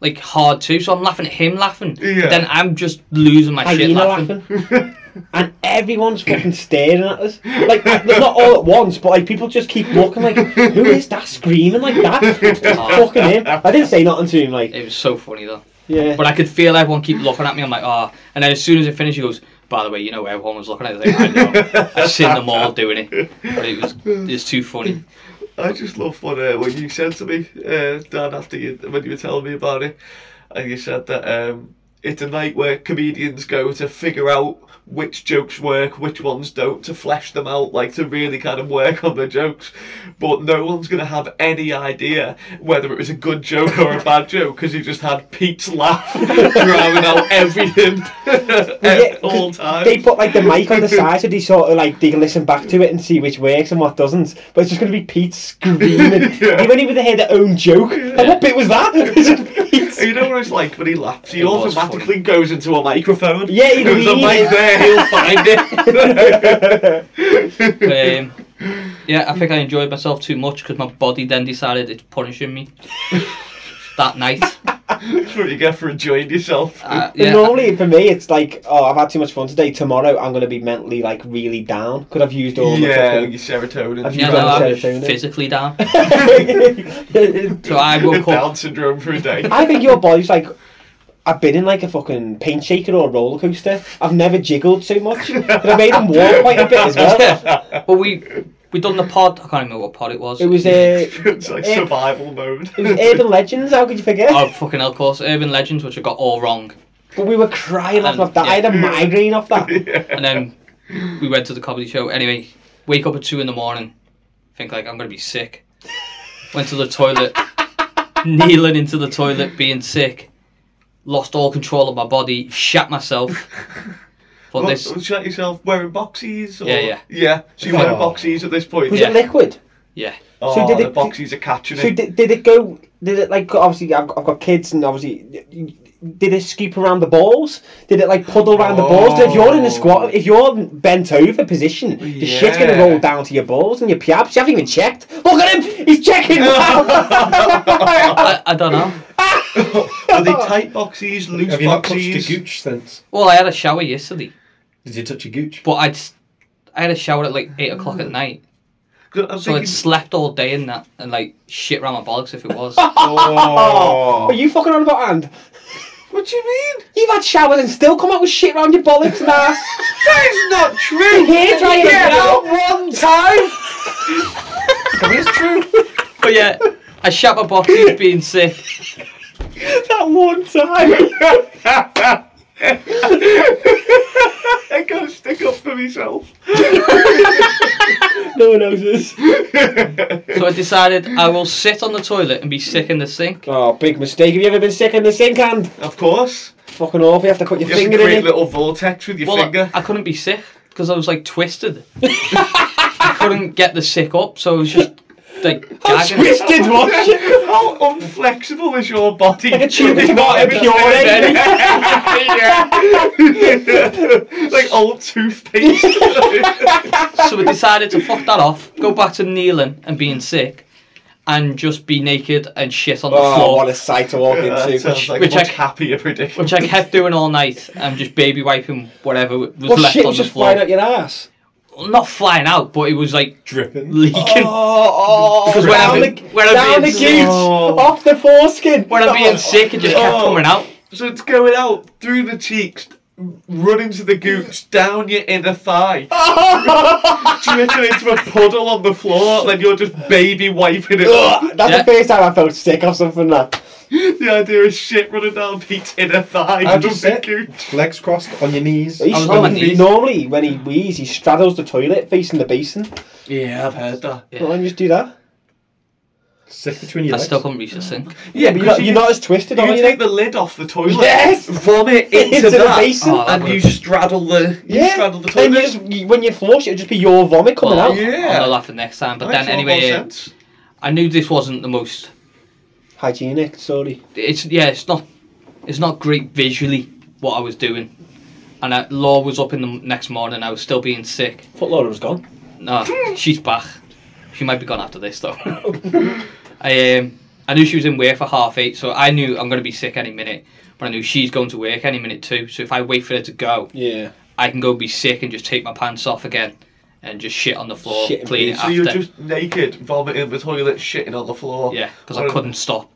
Speaker 5: like hard too, so I'm laughing at him laughing.
Speaker 1: Yeah.
Speaker 5: Then I'm just losing my shit
Speaker 4: hyena
Speaker 5: laughing.
Speaker 4: laughing. and everyone's fucking staring at us. Like, they're not all at once, but like people just keep looking like, who is that screaming like that? It's fucking him. I didn't say nothing to him, like,
Speaker 5: It was so funny though.
Speaker 4: yeah.
Speaker 5: But I could feel everyone keep looking at me. I'm like, ah. And then as soon as it finished, he goes, by the way, you know where everyone was looking at. I was like, I know. I've seen them all doing it. But it was, it was too funny.
Speaker 1: I just love what uh, what you said to me, uh, Dan, after you when you were telling me about it, and you said that um, it's a night where comedians go to figure out which jokes work, which ones don't, to flesh them out, like to really kind of work on the jokes. But no one's gonna have any idea whether it was a good joke or a bad joke because you just had Pete's laugh drowning out everything
Speaker 4: Yeah,
Speaker 1: at
Speaker 4: 'cause
Speaker 1: all times.
Speaker 4: They put like the mic on the side so they sort of like they can listen back to it and see which works and what doesn't. But it's just gonna be Pete screaming.
Speaker 1: Yeah.
Speaker 4: They won't even hear their own joke. Like, what bit was that? It's just Pete
Speaker 1: You know what it's like when he laughs? He
Speaker 5: It was
Speaker 1: automatically goes into a microphone.
Speaker 4: Yeah, he
Speaker 1: There's a
Speaker 4: leans.
Speaker 1: mic there, he'll find it.
Speaker 5: But, um, yeah, I think I enjoyed myself too much because my body then decided it's punishing me that night.
Speaker 1: That's what you get for enjoying yourself.
Speaker 5: Uh,
Speaker 4: And
Speaker 5: yeah,
Speaker 4: Normally for me, it's like, oh, I've had too much fun today. Tomorrow, I'm gonna be mentally like really down because I've used all.
Speaker 1: yeah,
Speaker 4: My
Speaker 1: your serotonin.
Speaker 4: Have you
Speaker 5: yeah, no,
Speaker 4: got
Speaker 5: I was
Speaker 4: serotonin?
Speaker 5: physically down.
Speaker 4: fucking...
Speaker 5: So I woke up.
Speaker 1: Down syndrome for a day.
Speaker 4: I think your body's like. I've been in like a fucking paint shaker or a roller coaster. I've never jiggled so much. And I made him walk quite a bit as well.
Speaker 5: But we we done the pod. I can't remember what pod it was.
Speaker 4: It was a.
Speaker 1: it's like survival mode.
Speaker 4: It was Urban Legends, how could you forget?
Speaker 5: oh fucking hell, of course, Urban Legends, which I got all wrong.
Speaker 4: but we were crying laughing
Speaker 5: Um,
Speaker 4: off that. I had a
Speaker 1: yeah.
Speaker 4: migraine off that.
Speaker 1: yeah.
Speaker 5: And then we went to the comedy show. Anyway, wake up at two in the morning, think like I'm gonna be sick. Went to the toilet, kneeling into the toilet, being sick. Lost all control of my body, shat myself. Thought
Speaker 1: What,
Speaker 5: this,
Speaker 1: was you like yourself wearing boxies? Or...
Speaker 5: Yeah, yeah.
Speaker 1: Yeah, so you're wearing
Speaker 2: Oh.
Speaker 1: boxies at this point?
Speaker 4: Was
Speaker 5: Yeah.
Speaker 4: it liquid?
Speaker 5: yeah,
Speaker 1: Oh,
Speaker 4: So did
Speaker 1: the
Speaker 4: it-
Speaker 1: boxies are catching
Speaker 4: So
Speaker 1: it.
Speaker 4: did, did it go? Did it like obviously I've, I've got kids and obviously did it scoop around the balls? Did it like puddle around the balls? If you're in a squat, if you're bent over position, the shit's gonna
Speaker 1: Yeah.
Speaker 4: roll down to your balls and your piabs. You haven't even checked. Look at him! He's checking. Wow.
Speaker 5: I, I don't know.
Speaker 1: Are they tight boxies, loose
Speaker 2: Have you not touched a
Speaker 1: boxies?
Speaker 2: gooch since?
Speaker 5: Well, I had a shower yesterday,
Speaker 2: Did you touch a gooch?
Speaker 5: but I'd s- I had a shower at like eight o'clock
Speaker 4: Mm.
Speaker 5: at night,
Speaker 1: 'Cause I'm
Speaker 5: so I'd
Speaker 1: thinking,
Speaker 5: slept all day in that and like shit around my bollocks if it was.
Speaker 4: Oh, Are you fucking on about and?
Speaker 1: Oh! what do you mean?
Speaker 4: You've had showers and still come out with shit round your bollocks and ass.
Speaker 1: That is not true!
Speaker 4: Here, try it
Speaker 1: Yeah,
Speaker 4: out one time.
Speaker 1: That is true!
Speaker 5: but yeah, I shat my boxes being sick.
Speaker 4: that one time.
Speaker 1: I gotta stick up for myself.
Speaker 4: no one notices.
Speaker 5: So I decided I will sit on the toilet and be sick in the sink.
Speaker 4: Oh, big mistake. Have you ever been sick in the sink and
Speaker 1: Of course.
Speaker 4: fucking awful? You have to cut your
Speaker 1: You have to
Speaker 4: finger
Speaker 1: create
Speaker 4: in
Speaker 1: a
Speaker 4: it.
Speaker 1: little vortex with your
Speaker 5: Well, I,
Speaker 1: finger.
Speaker 5: I couldn't be sick because I was like twisted. I couldn't get the sick up, so I was just like
Speaker 4: Oh,
Speaker 5: gagging.
Speaker 4: Twisted one.
Speaker 1: How unflexible is your body?
Speaker 4: Like a tube
Speaker 1: It's
Speaker 4: of water
Speaker 1: even
Speaker 4: pure
Speaker 1: thin.
Speaker 4: in.
Speaker 1: Yeah. like old toothpaste.
Speaker 5: So I decided to fuck that off, go back to kneeling and being sick, and just be naked and shit on the
Speaker 4: Oh,
Speaker 5: floor.
Speaker 4: what a sight to walk
Speaker 1: that
Speaker 4: into.
Speaker 1: sounds like
Speaker 5: which
Speaker 1: which
Speaker 5: I-
Speaker 1: much happier prediction.
Speaker 5: Which I kept doing all night and just baby wiping whatever was
Speaker 4: What
Speaker 5: left
Speaker 4: shit
Speaker 5: on
Speaker 4: was
Speaker 5: the
Speaker 4: just
Speaker 5: floor.
Speaker 4: flying out your ass?
Speaker 5: Not flying out, but it was like
Speaker 2: Dripping.
Speaker 5: leaking.
Speaker 4: Oh,
Speaker 5: Because when
Speaker 4: down
Speaker 5: I'm,
Speaker 4: the,
Speaker 5: when I'm
Speaker 4: down the
Speaker 5: being
Speaker 4: gooch,
Speaker 5: sick,
Speaker 1: Oh.
Speaker 4: off the foreskin.
Speaker 5: when I'm being sick, it just kept
Speaker 1: Oh.
Speaker 5: coming out.
Speaker 1: So it's going out through the cheeks, running to the gooch, down your inner thigh, dripping into a puddle on the floor, and then you're just baby wiping it up.
Speaker 4: Ugh, That's
Speaker 5: Yeah.
Speaker 4: the first time I felt sick or something. That
Speaker 1: The idea is shit running down Pete's inner thigh.
Speaker 2: How'd you
Speaker 1: from
Speaker 2: sit?
Speaker 1: the gooch.
Speaker 2: Legs crossed on your knees.
Speaker 4: He's-
Speaker 5: was on my knees.
Speaker 4: normally when he wheezes, he straddles the toilet facing the basin.
Speaker 1: Yeah, I've heard that.
Speaker 4: Why don't you just do that?
Speaker 2: Sit between your
Speaker 5: I
Speaker 2: legs.
Speaker 5: still couldn't reach the sink.
Speaker 1: Yeah,
Speaker 4: But you're not,
Speaker 1: you
Speaker 4: you're not as twisted,
Speaker 1: You
Speaker 4: are you?
Speaker 1: take the lid off the toilet,
Speaker 4: Yes!
Speaker 1: vomit into,
Speaker 4: Into the
Speaker 1: that,
Speaker 4: basin.
Speaker 5: Oh, that
Speaker 1: and you
Speaker 5: would've-
Speaker 1: straddle the you
Speaker 4: Yeah.
Speaker 1: straddle the
Speaker 4: Then you
Speaker 1: toilet.
Speaker 4: just, you- when you flush, it'll just be your vomit coming
Speaker 5: Well,
Speaker 4: out.
Speaker 1: Yeah.
Speaker 5: I'll know that for next time. But
Speaker 1: Makes
Speaker 5: then
Speaker 1: a lot more
Speaker 5: anyway, uh,
Speaker 1: sense.
Speaker 5: I knew this wasn't the most.
Speaker 4: Hygienic, sorry.
Speaker 5: It's yeah, it's not. It's not great visually what I was doing, and uh, Law was up in the m- next morning. I was still being sick.
Speaker 4: Foot Laura was gone.
Speaker 5: No, she's back. She might be gone after this though. I um, I knew she was in work for half eight, so I knew I'm gonna be sick any minute. But I knew she's going to work any minute too. So if I wait for her to go,
Speaker 4: Yeah.
Speaker 5: I can go be sick and just take my pants off again, and just shit on the floor,
Speaker 4: Shit in
Speaker 5: clean it
Speaker 1: So you're
Speaker 5: after.
Speaker 1: just naked, vomiting in the toilet, shitting on the floor.
Speaker 5: Yeah, because
Speaker 1: Or-
Speaker 5: I couldn't stop.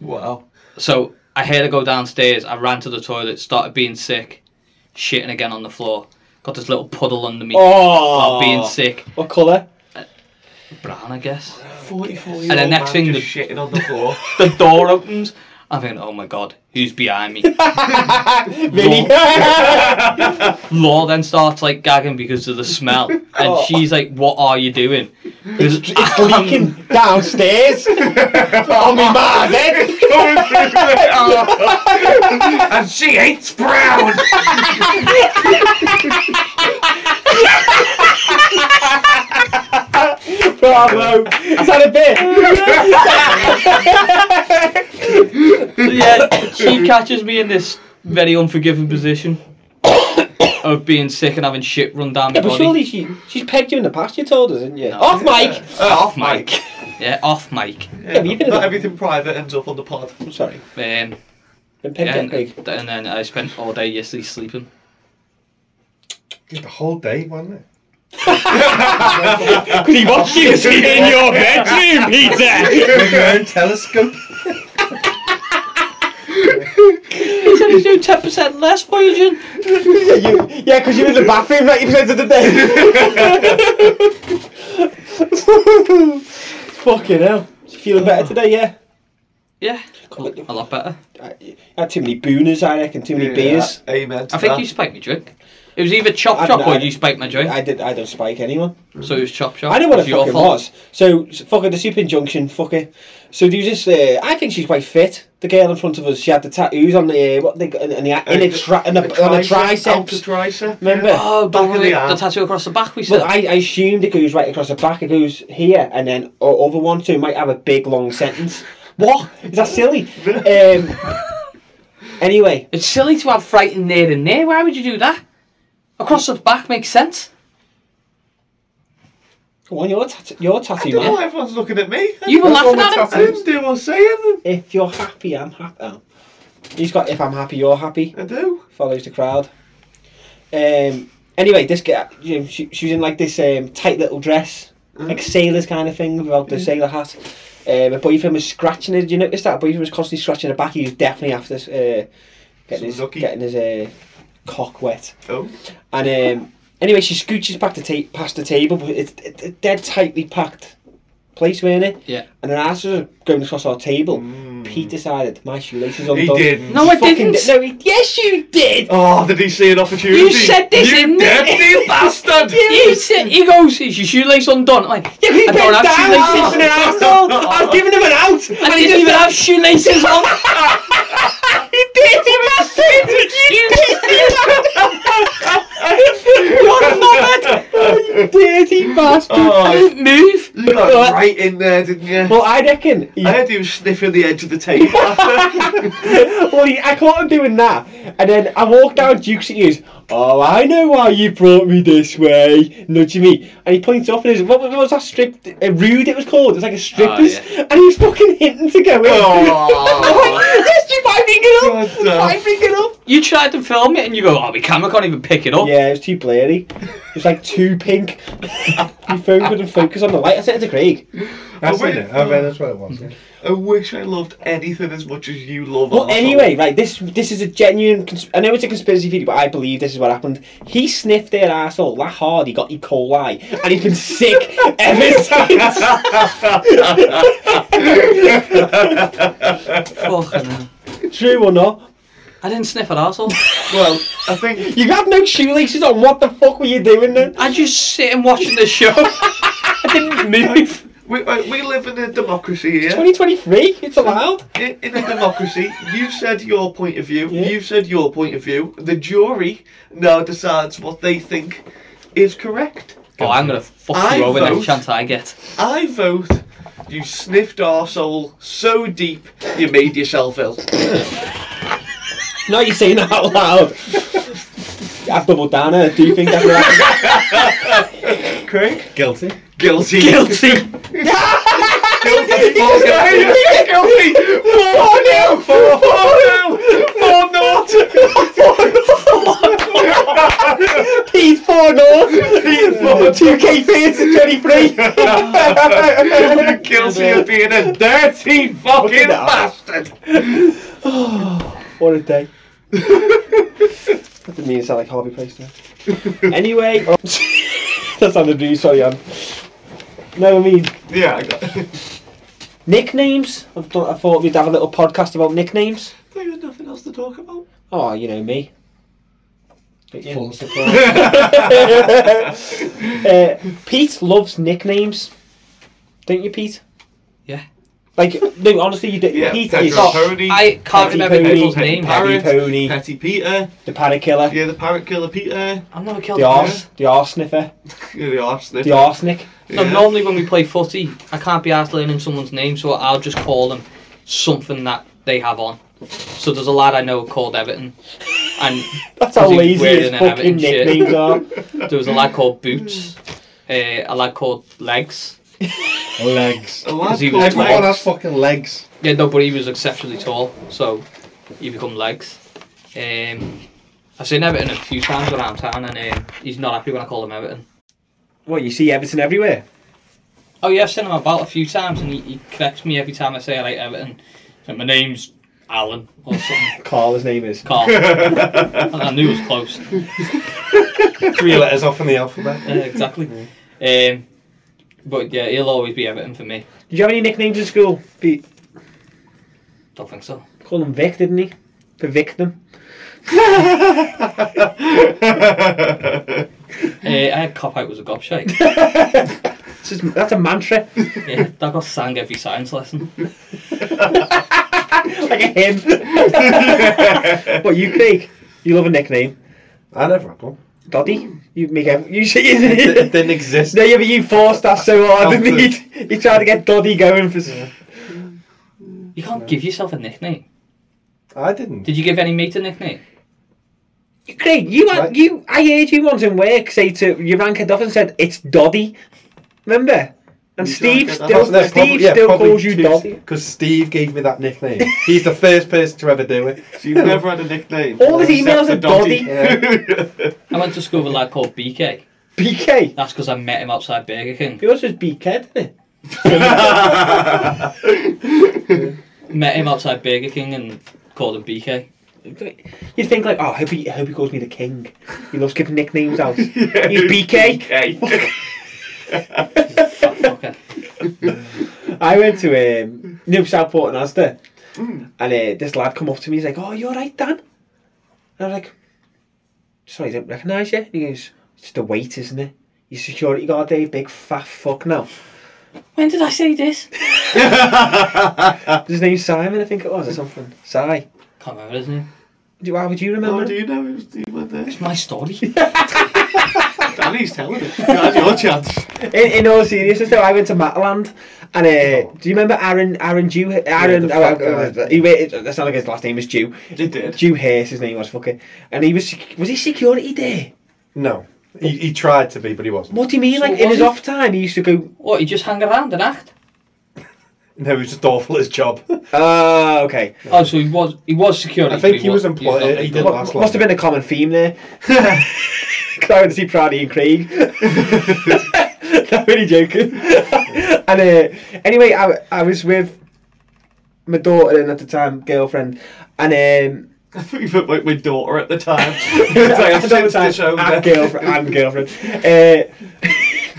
Speaker 1: Wow.
Speaker 5: So I heard her go downstairs. I ran to the toilet, started being sick, shitting again on the floor. Got this little puddle under me
Speaker 4: Oh,
Speaker 5: while being sick.
Speaker 4: What colour?
Speaker 5: Brown, I guess.
Speaker 1: 44 year
Speaker 5: And the next thing
Speaker 1: just shitting on the floor.
Speaker 5: The door opens. I'm thinking, oh my god, who's behind me?
Speaker 4: Vinny.
Speaker 5: Law then starts like gagging because of the smell, and she's like, "What are you doing?" Because
Speaker 4: it's leaking downstairs. on my eh? mad head.
Speaker 1: and she hates brown!
Speaker 4: Bravo. Is that a bit?
Speaker 5: yeah, she catches me in this very unforgiving position of being sick and having shit run down my
Speaker 4: yeah, but
Speaker 5: body.
Speaker 4: surely she, she's pegged you in the past, you told us, didn't you? Off mic!
Speaker 1: Uh, off
Speaker 5: mic. Yeah, off Um, mic.
Speaker 1: Yeah,
Speaker 4: but you've been
Speaker 1: not
Speaker 4: in-
Speaker 1: everything private ends up on the pod.
Speaker 4: I'm sorry.
Speaker 5: Um,
Speaker 4: Been pegged
Speaker 5: Yeah,
Speaker 4: that
Speaker 5: and,
Speaker 4: big.
Speaker 5: and then I spent all day yesterday sleeping.
Speaker 2: Did the whole day, wasn't it?
Speaker 4: Because he wants you to sleep in your bedroom, Peter!
Speaker 2: With your own telescope.
Speaker 5: He said he's doing ten percent less voyaging.
Speaker 4: you, yeah, because you're in the bathroom 90% of the day. Fucking hell. You feeling better today, yeah?
Speaker 5: Yeah, a lot a lot better.
Speaker 4: I- I had too many booners, I reckon, too many
Speaker 1: Yeah,
Speaker 4: beers.
Speaker 1: Amen. to
Speaker 5: I think
Speaker 1: that.
Speaker 5: you spiked me drink. It was either chop
Speaker 4: I-
Speaker 5: chop
Speaker 4: I-
Speaker 5: or you spiked my joint.
Speaker 4: I did. I don't spike anyone.
Speaker 5: so it was chop chop.
Speaker 4: I know what
Speaker 5: It's
Speaker 4: it fucking was. So, so fucking the super injunction, fuck it. So there was this. Uh, I think she's quite fit. The girl in front of us, she had the tattoos on the uh, what they got in, in the in a tri- in a, on a
Speaker 1: Outer
Speaker 4: triceps.
Speaker 1: tricep.
Speaker 4: Remember?
Speaker 5: Oh,
Speaker 1: Back
Speaker 5: back
Speaker 1: of
Speaker 5: of
Speaker 1: the arm.
Speaker 5: the tattoo across the back. We said.
Speaker 4: Well, I, I assumed it goes right across the back. It goes here, and then o- over one two might have a big long sentence. What is that silly? um, anyway,
Speaker 5: It's silly to have frightened there and there. Why would you do that? Across the back makes sense.
Speaker 4: go on, your tat- your
Speaker 1: I
Speaker 4: tattoo
Speaker 1: don't know why
Speaker 4: man.
Speaker 1: everyone's looking at me.
Speaker 5: You were
Speaker 1: I
Speaker 5: laughing
Speaker 1: didn't-
Speaker 5: at
Speaker 1: I
Speaker 5: it.
Speaker 1: didn't do or say anything.
Speaker 4: If you're happy, I'm happy. Oh. He's got if I'm happy, you're happy.
Speaker 1: I do.
Speaker 4: follows the crowd. Um, anyway, this girl, you know, she, she was in like this um, tight little dress, like sailor's kind of thing, without the sailor hat. Um, her boyfriend was scratching her. Did you notice that? Her boyfriend was constantly scratching her back. He was definitely after uh, getting his,
Speaker 1: Suzuki.
Speaker 4: getting his uh, cock wet.
Speaker 1: Oh.
Speaker 4: And um, anyway, she scooches back the ta- past the table, but it's it's a dead tightly packed place, weren't it?
Speaker 5: Yeah.
Speaker 4: And her ass was going across our table. Pete decided my shoelaces undone.
Speaker 1: He didn't.
Speaker 5: No, I
Speaker 4: Fucking
Speaker 5: didn't.
Speaker 4: di- no, he, yes, you did.
Speaker 1: Oh, did he see an opportunity?
Speaker 5: You said this
Speaker 1: You
Speaker 5: in
Speaker 1: dirty bastard!
Speaker 5: He, said, he goes, is your shoelace undone? I'm like,
Speaker 4: Yeah, he
Speaker 5: I
Speaker 4: bent
Speaker 5: don't
Speaker 4: down,
Speaker 5: have
Speaker 4: I was
Speaker 5: shoelaces.
Speaker 4: an asshole. I was giving him an out, and
Speaker 5: I
Speaker 4: he
Speaker 5: didn't
Speaker 4: just
Speaker 5: even
Speaker 4: said,
Speaker 5: have shoelaces on.
Speaker 4: "He did, he bastard! You dirty bastard! You're a knobhead! You dirty bastard!"
Speaker 5: I
Speaker 1: Oh,
Speaker 5: didn't move.
Speaker 1: you got right in there, didn't you?
Speaker 4: Well, I reckon. He,
Speaker 1: I heard he was sniffing the edge of the table.
Speaker 4: well, he, I caught him doing that, and then I walked down Duke's and he goes, "Oh, I know why you brought me this way." Nudging me, and he points up and he goes, "What, what was that strip? Uh, rude? It was called. It was like a strippers." And he was fucking hinting to go in.
Speaker 1: Oh.
Speaker 4: yes, you might bring it up.
Speaker 1: God,
Speaker 4: you
Speaker 1: uh,
Speaker 4: might bring it up.
Speaker 5: You tried to film it and you go, oh, my camera can't even pick it up.
Speaker 4: Yeah, it was too blurry. It was like too pink. My phone couldn't focus on the light. I sent it to Craig.
Speaker 2: That's
Speaker 1: wait.
Speaker 2: it. I mean, that's what it was. yeah.
Speaker 1: I wish I loved anything as much as you love.
Speaker 4: But
Speaker 1: arsehole.
Speaker 4: anyway, right, this this is a genuine. Consp- I know it's a conspiracy theory, but I believe this is what happened. He sniffed their asshole that hard. He got E. coli, and he's been sick ever since.
Speaker 5: Fucking hell.
Speaker 4: True or not?
Speaker 5: I didn't sniff an arsehole.
Speaker 1: well, I think
Speaker 4: You had no shoelaces on. What the fuck were you doing then?
Speaker 5: I just sit and watching the show. I didn't move.
Speaker 1: we, uh, we we live in a democracy here.
Speaker 4: 2023. It's allowed.
Speaker 1: in, in a democracy, you've said your point of view,
Speaker 4: Yeah.
Speaker 1: you've said your point of view, the jury now decides what they think is correct.
Speaker 5: Oh, I'm going to fuck
Speaker 1: I
Speaker 5: you over
Speaker 1: vote-
Speaker 5: next chance I get.
Speaker 1: I vote you sniffed our soul so deep you made yourself ill.
Speaker 4: Now you're saying that out loud. I've doubled down and I do think that's what happened.
Speaker 1: Craig?
Speaker 2: Guilty.
Speaker 1: Guilty.
Speaker 5: Guilty.
Speaker 1: Guilty. Four guilty. Four nil. Four nil. Four naught.
Speaker 4: He's four north.
Speaker 1: Four
Speaker 4: Two K fans and Jenny Free.
Speaker 1: nil. Guilty of being a dirty fucking bastard.
Speaker 4: What a day. that didn't mean to sound like Harvey Plaster. anyway, that sounded really sorry. I'm. No, I mean
Speaker 1: Yeah, I got it.
Speaker 4: nicknames. I've done, I thought we'd have a little podcast about nicknames.
Speaker 1: There was nothing else to talk about.
Speaker 4: Oh, you know me. But yeah.
Speaker 2: Full of surprise.
Speaker 4: Uh, Pete loves nicknames, don't you, Pete?
Speaker 5: Yeah. Oh,
Speaker 4: Like, no, honestly, you do.
Speaker 1: Yeah,
Speaker 4: Pete
Speaker 1: Pedro
Speaker 4: is
Speaker 1: Pony,
Speaker 5: I can't
Speaker 4: Petty
Speaker 5: remember
Speaker 4: Pony,
Speaker 5: people's
Speaker 4: Petty
Speaker 5: names.
Speaker 1: Parrot,
Speaker 4: Pony.
Speaker 1: Petty Peter,
Speaker 4: the parrot killer,
Speaker 1: yeah, the parrot killer Peter,
Speaker 5: I've never killed
Speaker 4: the
Speaker 5: a
Speaker 4: arse,
Speaker 5: person.
Speaker 4: the arse sniffer,
Speaker 1: yeah, the arsenic.
Speaker 4: the arsenic.
Speaker 5: No, normally when we play footy, I can't be asked learning someone's name, so I'll just call them something that they have on. So there's a lad I know called Everton, and
Speaker 4: That's how lazy
Speaker 5: He's weird
Speaker 4: his
Speaker 5: and an
Speaker 4: fucking
Speaker 5: avid shit.
Speaker 4: nicknames are.
Speaker 5: there was a lad called Boots, uh, a lad called Legs.
Speaker 2: legs.
Speaker 1: A lad
Speaker 5: He
Speaker 1: called
Speaker 5: was
Speaker 2: Everyone
Speaker 1: Legs.
Speaker 2: has Oh, fucking legs.
Speaker 5: Yeah, no, but he was exceptionally tall, so he become Legs. Um, I've seen Everton a few times around town, and um, he's not happy when I call him Everton.
Speaker 4: What you see Everton everywhere.
Speaker 5: Oh yeah, I've seen him about a few times, and he, he corrects me every time I say I like Everton. He's like, My name's Alan or something.
Speaker 4: Carl, his name is.
Speaker 5: Carl. I knew it was close.
Speaker 2: Three letters off in the alphabet.
Speaker 5: Yeah, exactly. Um, but yeah, he'll always be Everton for me.
Speaker 4: Did you have any nicknames in school? Pete?
Speaker 5: Don't think so.
Speaker 4: Call him Vic, didn't he? For victim.
Speaker 5: Uh, I had cop out was a gobshite.
Speaker 4: This is, that's a mantra.
Speaker 5: yeah, that got sang every science lesson.
Speaker 4: like a hymn. what, you, Craig? You love a nickname.
Speaker 2: I never had one.
Speaker 4: Doddy? You make every, you say
Speaker 2: It didn't exist.
Speaker 4: No, yeah, but you forced that so hard, didn't
Speaker 2: Confidence.
Speaker 4: you? You tried to get Doddy going for. s-
Speaker 5: You can't give yourself a nickname.
Speaker 2: I didn't.
Speaker 5: Did you give any mate a nickname?
Speaker 4: Craig, you had,
Speaker 2: Right.
Speaker 4: you. I heard you once in work say to you ran kid off and said it's Doddy. Remember? And
Speaker 1: You
Speaker 4: Steve
Speaker 1: tried to-
Speaker 4: still, Steve still calls you Doddy.
Speaker 2: Because Steve gave me that nickname. He's the first person to ever do it.
Speaker 1: So you've never had a nickname.
Speaker 4: All his
Speaker 1: Except
Speaker 4: emails
Speaker 1: for
Speaker 4: are dodgy.
Speaker 5: I went to school with a lad called BK.
Speaker 4: BK.
Speaker 5: That's because I met him outside Burger King.
Speaker 4: Yours was BK, didn't it?
Speaker 5: Met him outside Burger King and called him BK.
Speaker 4: You'd think like, oh, I hope he, I hope he calls me the king. He loves giving nicknames out. He's BK.
Speaker 1: Okay.
Speaker 5: Fucker.
Speaker 4: I went to um, New Southport and Asda,
Speaker 5: Hmm.
Speaker 4: and uh, this lad come up to me. He's like, "Oh, you're right, Dan." And I was like, "Sorry, I don't recognise you." And he goes, "It's the weight, isn't it? You security guard, Dave, big fat fuck now."
Speaker 5: When did I say this?
Speaker 4: His name's Simon, I think it was, or something. Si.
Speaker 5: Can't remember his name.
Speaker 4: Do, how would you remember?
Speaker 1: How do you know it Oh, was Steve went there?
Speaker 5: It's my story.
Speaker 1: Danny's telling it. You had your chance.
Speaker 4: in, in all seriousness, though, I went to Matland, and uh, do you remember Aaron? Aaron Jew? Aaron?
Speaker 2: the
Speaker 4: oh,
Speaker 2: fat
Speaker 4: oh,
Speaker 2: guy.
Speaker 4: he waited. That's not like his last name is Jew.
Speaker 1: They did.
Speaker 4: Jew Hurst, his name was fucking, and he was sec- was he security there?
Speaker 2: No. He, he tried to be, but he wasn't.
Speaker 4: What do you mean?
Speaker 5: So
Speaker 4: like in his
Speaker 5: was he?
Speaker 4: off time, he used to go
Speaker 5: What, you just hang around and act?
Speaker 2: No, he was just awful at his job.
Speaker 4: Ah, okay.
Speaker 5: Oh, so he was he was security.
Speaker 2: I think
Speaker 5: but
Speaker 2: he was
Speaker 5: wa-
Speaker 2: employed-
Speaker 5: not
Speaker 2: he
Speaker 5: big up.
Speaker 2: did like-
Speaker 4: Must
Speaker 2: Last
Speaker 4: have been a common theme there. Because I went to see Praddy and Craig. Not really joking. and uh, anyway, I, I was with my daughter and at the time girlfriend, and um,
Speaker 1: I think you put my, my daughter at the time. it's like,
Speaker 4: at the
Speaker 1: I've since
Speaker 4: time,
Speaker 1: disowned her.
Speaker 4: and girlfriend, and girlfriend. Uh,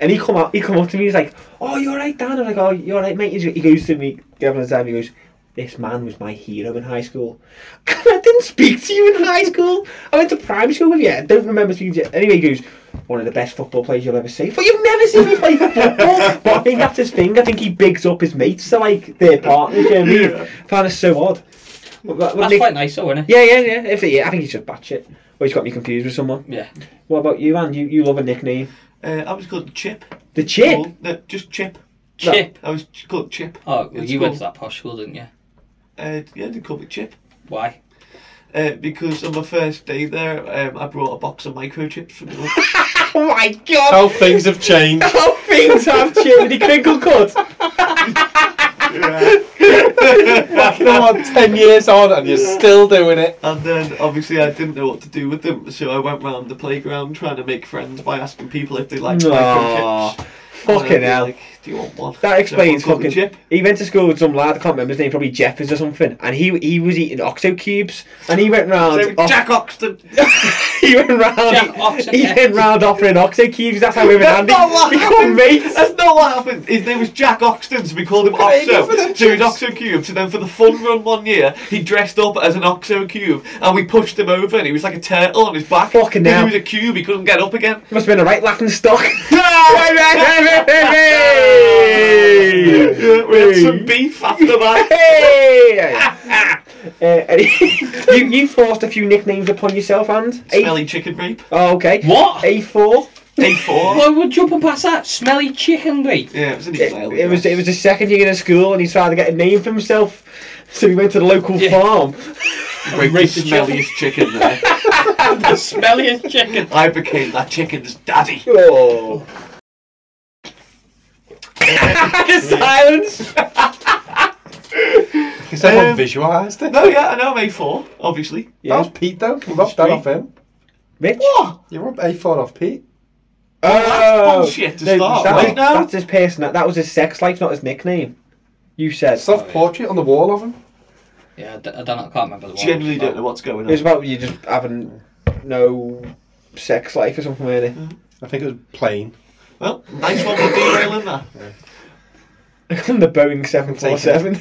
Speaker 4: and he come up, he come up to me. He's like, "Oh, you're right, Dan." I'm like, "Oh, you're right, mate." He's- He goes to me, girlfriend at the time. He goes, "This man was my hero in high school." I didn't speak to you in high school. I went to primary school with you. I don't remember speaking to you. Anyway, he goes, "One of the best football players you'll ever see." But you've never seen me play football. but I think that's his thing. I think he bigs up his mates to like their partners. You know what I mean?
Speaker 1: Yeah.
Speaker 4: Found this so odd. What- what- what
Speaker 5: That's
Speaker 4: Nick-
Speaker 5: quite nice though, isn't it?
Speaker 4: yeah, yeah, yeah. If yeah, I think he's just batshit. Or he's got me confused with someone.
Speaker 5: Yeah.
Speaker 4: What about you, Anne? You, you love a nickname.
Speaker 1: Uh, I was called Chip.
Speaker 4: The Chip.
Speaker 1: Well, no, just Chip.
Speaker 5: Chip.
Speaker 1: I was ch- called Chip.
Speaker 5: Oh, well,
Speaker 1: It's
Speaker 5: you went to
Speaker 1: cool.
Speaker 5: that posh school, didn't you?
Speaker 1: Uh, yeah, they called me Chip.
Speaker 5: Why?
Speaker 1: Uh, because on my first day there, um, I brought a box of microchips from the
Speaker 4: Oh my god!
Speaker 2: How things have changed.
Speaker 1: Oh,
Speaker 4: How things have changed. The crinkle cut.
Speaker 2: Fucking hell, 10 years on and you're still doing it.
Speaker 1: And then obviously I didn't know what to do with them, so I went round the playground trying to make friends by asking people if they liked
Speaker 4: Aw,
Speaker 1: microchips. And I'd
Speaker 4: Fucking
Speaker 1: be
Speaker 4: hell.
Speaker 1: Like, do you want one?
Speaker 4: That explains
Speaker 1: So I called me
Speaker 4: fucking.
Speaker 1: Chip.
Speaker 4: He went to school with some lad. I can't remember his name. Probably Jeffers or something. And he he was eating octo cubes. And he went round.
Speaker 1: So
Speaker 4: off-
Speaker 1: Jack Oxton.
Speaker 4: he went round.
Speaker 5: Jack Oxen,
Speaker 4: he
Speaker 5: yeah.
Speaker 4: went round offering octo cubes. That's how we were
Speaker 1: That's
Speaker 4: Andy.
Speaker 1: not what
Speaker 4: Become
Speaker 1: happened.
Speaker 4: mates.
Speaker 1: That's not what happened. His name was Jack Oxton, so we called him
Speaker 2: Craig,
Speaker 1: Oxo.
Speaker 2: for them
Speaker 1: So he was
Speaker 2: chips.
Speaker 1: Oxo Cube. So then for the fun run one year, he dressed up as an Oxo Cube, and we pushed him over, and he was like a turtle on his back.
Speaker 4: Fucking
Speaker 1: Because
Speaker 4: hell.
Speaker 1: He was a cube. He couldn't get up again.
Speaker 4: Must have been a right laughing stock.
Speaker 1: Yeah, we had some beef after that.
Speaker 4: Hey! Uh, and you, you forced a few nicknames upon yourself, and A-
Speaker 1: Smelly chicken rape.
Speaker 4: oh, okay.
Speaker 5: What?
Speaker 4: A four.
Speaker 1: A4.
Speaker 5: Why would jumping past that smelly chicken wait?
Speaker 1: Yeah, it was an
Speaker 4: It,
Speaker 1: email.
Speaker 4: it was it was the second year in school, and he tried to get a name for himself. So he went to the local
Speaker 5: Yeah.
Speaker 4: farm.
Speaker 1: Break the
Speaker 5: Racist
Speaker 1: smelliest chicken there.
Speaker 5: The smelliest chicken.
Speaker 1: I became that chicken's daddy.
Speaker 4: Oh. the silence.
Speaker 2: Because everyone
Speaker 1: Um,
Speaker 2: visualised it.
Speaker 1: No, yeah, I know I'm A4, obviously.
Speaker 2: That was Pete though. You robbed that
Speaker 1: Sweet.
Speaker 2: off him.
Speaker 4: Mitch.
Speaker 2: You robbed A4 off Pete.
Speaker 4: Oh,
Speaker 1: bullshit to
Speaker 4: No,
Speaker 1: start
Speaker 4: that's,
Speaker 1: with.
Speaker 4: his-
Speaker 1: No.
Speaker 4: that's his person. That was his sex life, not his nickname. You said
Speaker 2: Self portrait on the wall of him.
Speaker 5: Yeah, I, d- I don't know. I can't remember the one.
Speaker 1: Generally don't know what's going
Speaker 4: it was
Speaker 1: on.
Speaker 4: about you just having no sex life or something, really.
Speaker 2: I think it was plain.
Speaker 1: Well, nice one for derailing that.
Speaker 4: the Boeing 747.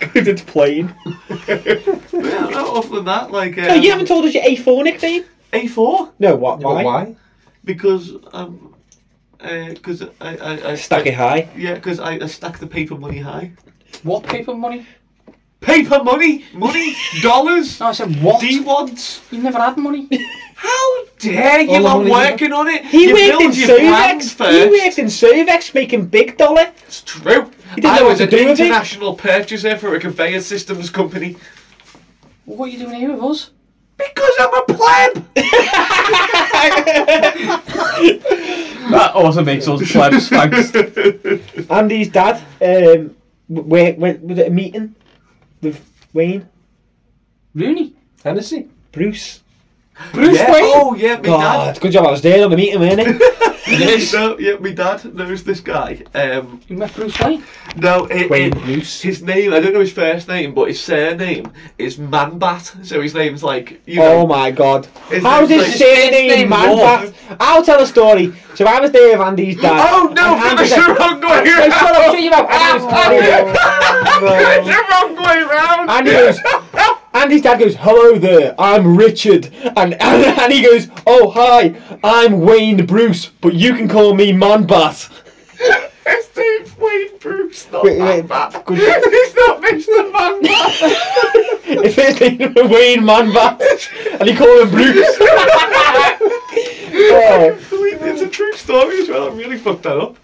Speaker 4: Because it's plain.
Speaker 1: Yeah, no, other than that, like. Um,
Speaker 6: No, you haven't told us your A4 nickname.
Speaker 1: A4?
Speaker 4: No, what?
Speaker 2: Why?
Speaker 4: Why?
Speaker 2: why?
Speaker 1: Because. Um, because I, I, I
Speaker 4: Stack it high.
Speaker 1: Yeah, because I, I stack the paper money high.
Speaker 5: What paper money?
Speaker 1: Paper money, money, dollars,
Speaker 5: No, I said what?
Speaker 1: D wads.
Speaker 5: You've never had money.
Speaker 1: How
Speaker 2: All
Speaker 1: dare you?
Speaker 2: the
Speaker 1: I'm
Speaker 2: money you got.
Speaker 1: working on it.
Speaker 4: He
Speaker 1: you
Speaker 4: worked in
Speaker 1: build your plans
Speaker 4: Servex. He
Speaker 1: first.
Speaker 4: worked in Servex making big dollar.
Speaker 1: It's true.
Speaker 4: didn't
Speaker 1: I
Speaker 4: know what
Speaker 1: was
Speaker 4: to
Speaker 1: an
Speaker 4: do with it.
Speaker 1: international purchaser for a conveyor systems company
Speaker 5: what are you doing here with us?
Speaker 1: because I'm a pleb.
Speaker 5: That also makes us plebs, thanks.
Speaker 4: Andy's dad um, w- where went was it a meeting with Wayne,
Speaker 5: Rooney.
Speaker 2: Hennessy.
Speaker 4: Bruce.
Speaker 5: Bruce
Speaker 1: yeah.
Speaker 5: Wayne.
Speaker 1: Oh yeah, my
Speaker 4: God,
Speaker 1: dad.
Speaker 4: good job I was there on the meeting, weren't it?
Speaker 5: Yes.
Speaker 1: No, yeah, my dad knows this guy. Um,
Speaker 5: You met Bruce Wayne.
Speaker 1: no, it,
Speaker 4: Wayne
Speaker 1: it,
Speaker 4: Bruce.
Speaker 1: his name. I don't know his first name, but his surname is Manbat. So his name's like you know.
Speaker 4: Oh my God.
Speaker 1: His
Speaker 4: How's
Speaker 1: name's
Speaker 4: his
Speaker 1: like-
Speaker 4: surname
Speaker 5: name
Speaker 4: man?
Speaker 5: Lord.
Speaker 4: Bat? I'll tell a story. So I was there with Andy's dad.
Speaker 1: Oh no,
Speaker 4: And
Speaker 1: that's
Speaker 4: Andy's like,
Speaker 1: the wrong way
Speaker 4: "No, shut up, Oh,
Speaker 1: round.
Speaker 4: shut your mouth. Andy was carrying
Speaker 1: That's the wrong way round.
Speaker 4: Andy goes, Andy's dad goes, hello there, I'm Richard. And, and, and he goes, oh, hi, I'm Wayne Bruce, but you can call me Manbat.
Speaker 1: His name's Wayne Bruce, not
Speaker 4: Wait, wait,
Speaker 1: Manbat.
Speaker 4: good-
Speaker 1: He's not Mr. Manbat.
Speaker 4: If his name was Wayne Manbat, and he called him Bruce. Oh,
Speaker 1: it's a true story as well. I really fucked that up.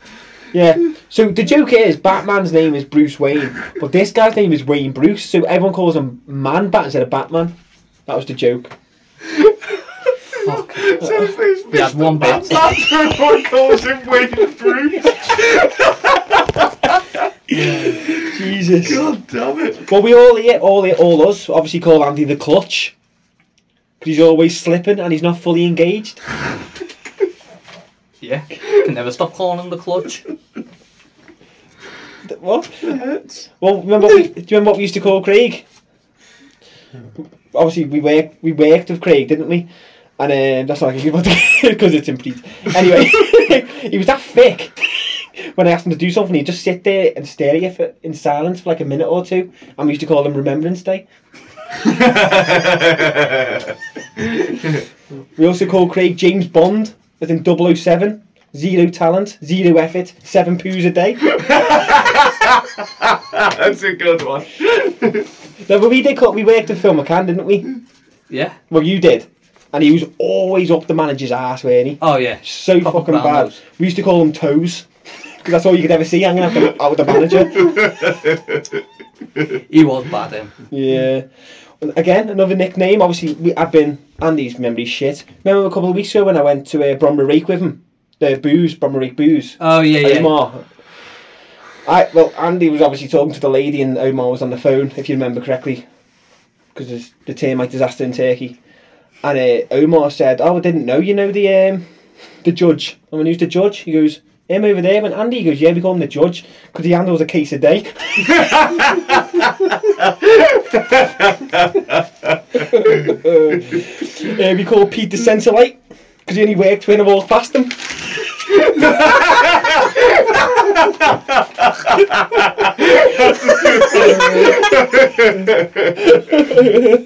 Speaker 4: yeah. So the joke is, Batman's name is Bruce Wayne, but this guy's name is Wayne Bruce, so everyone calls him Manbat instead of Batman. That was the joke.
Speaker 1: So his name's
Speaker 5: We had
Speaker 1: Mr.
Speaker 5: one bit.
Speaker 1: That's everyone calls him Wayne Bruce.
Speaker 4: Jesus.
Speaker 1: God damn it.
Speaker 4: Well, we all eat, all eat, all us. Obviously, call Andy the clutch. 'Cause he's always slipping and he's not fully engaged.
Speaker 5: Yeah. Can never stop calling him the clutch.
Speaker 4: Th- What? Well, remember what we, do you remember what we used to call Craig? Obviously, we worked we worked with Craig, didn't we? And um, that's not I can give because it's incomplete. Anyway, he was that thick. When I asked him to do something, he'd just sit there and stare at you for, in silence for like a minute or two. And we used to call him Remembrance Day. We also call Craig James Bond, as in 007. Zero talent, zero effort, seven poos a day.
Speaker 1: That's a good one.
Speaker 4: no, but we did cut, we worked in Film Can, didn't we?
Speaker 5: Yeah.
Speaker 4: Well, you did. And he was always up the manager's ass, weren't he?
Speaker 5: Oh yeah.
Speaker 4: So
Speaker 5: Proper
Speaker 4: fucking
Speaker 5: brown
Speaker 4: bad.
Speaker 5: nose.
Speaker 4: We used to call him Toes. Because that's all you could ever see hanging out, the, out with the manager.
Speaker 5: He was bad then.
Speaker 4: yeah. And Again, another nickname. Obviously, we, I've been Andy's memory shit. Remember a couple of weeks ago when I went to uh, Bromberake with him, the booze, Bromberake booze.
Speaker 5: Oh yeah, yeah.
Speaker 4: Omar. I well, Andy was obviously talking to the lady, and Omar was on the phone, if you remember correctly, because there's the termite disaster in Turkey. And uh, Omar said, "Oh, I didn't know. You know the um, the judge. I mean, who's the judge? He goes." Him over there, and Andy he goes, yeah, we call him the judge because he handles a case a day. uh, we call Pete the Centralite because he only worked when I walked past him.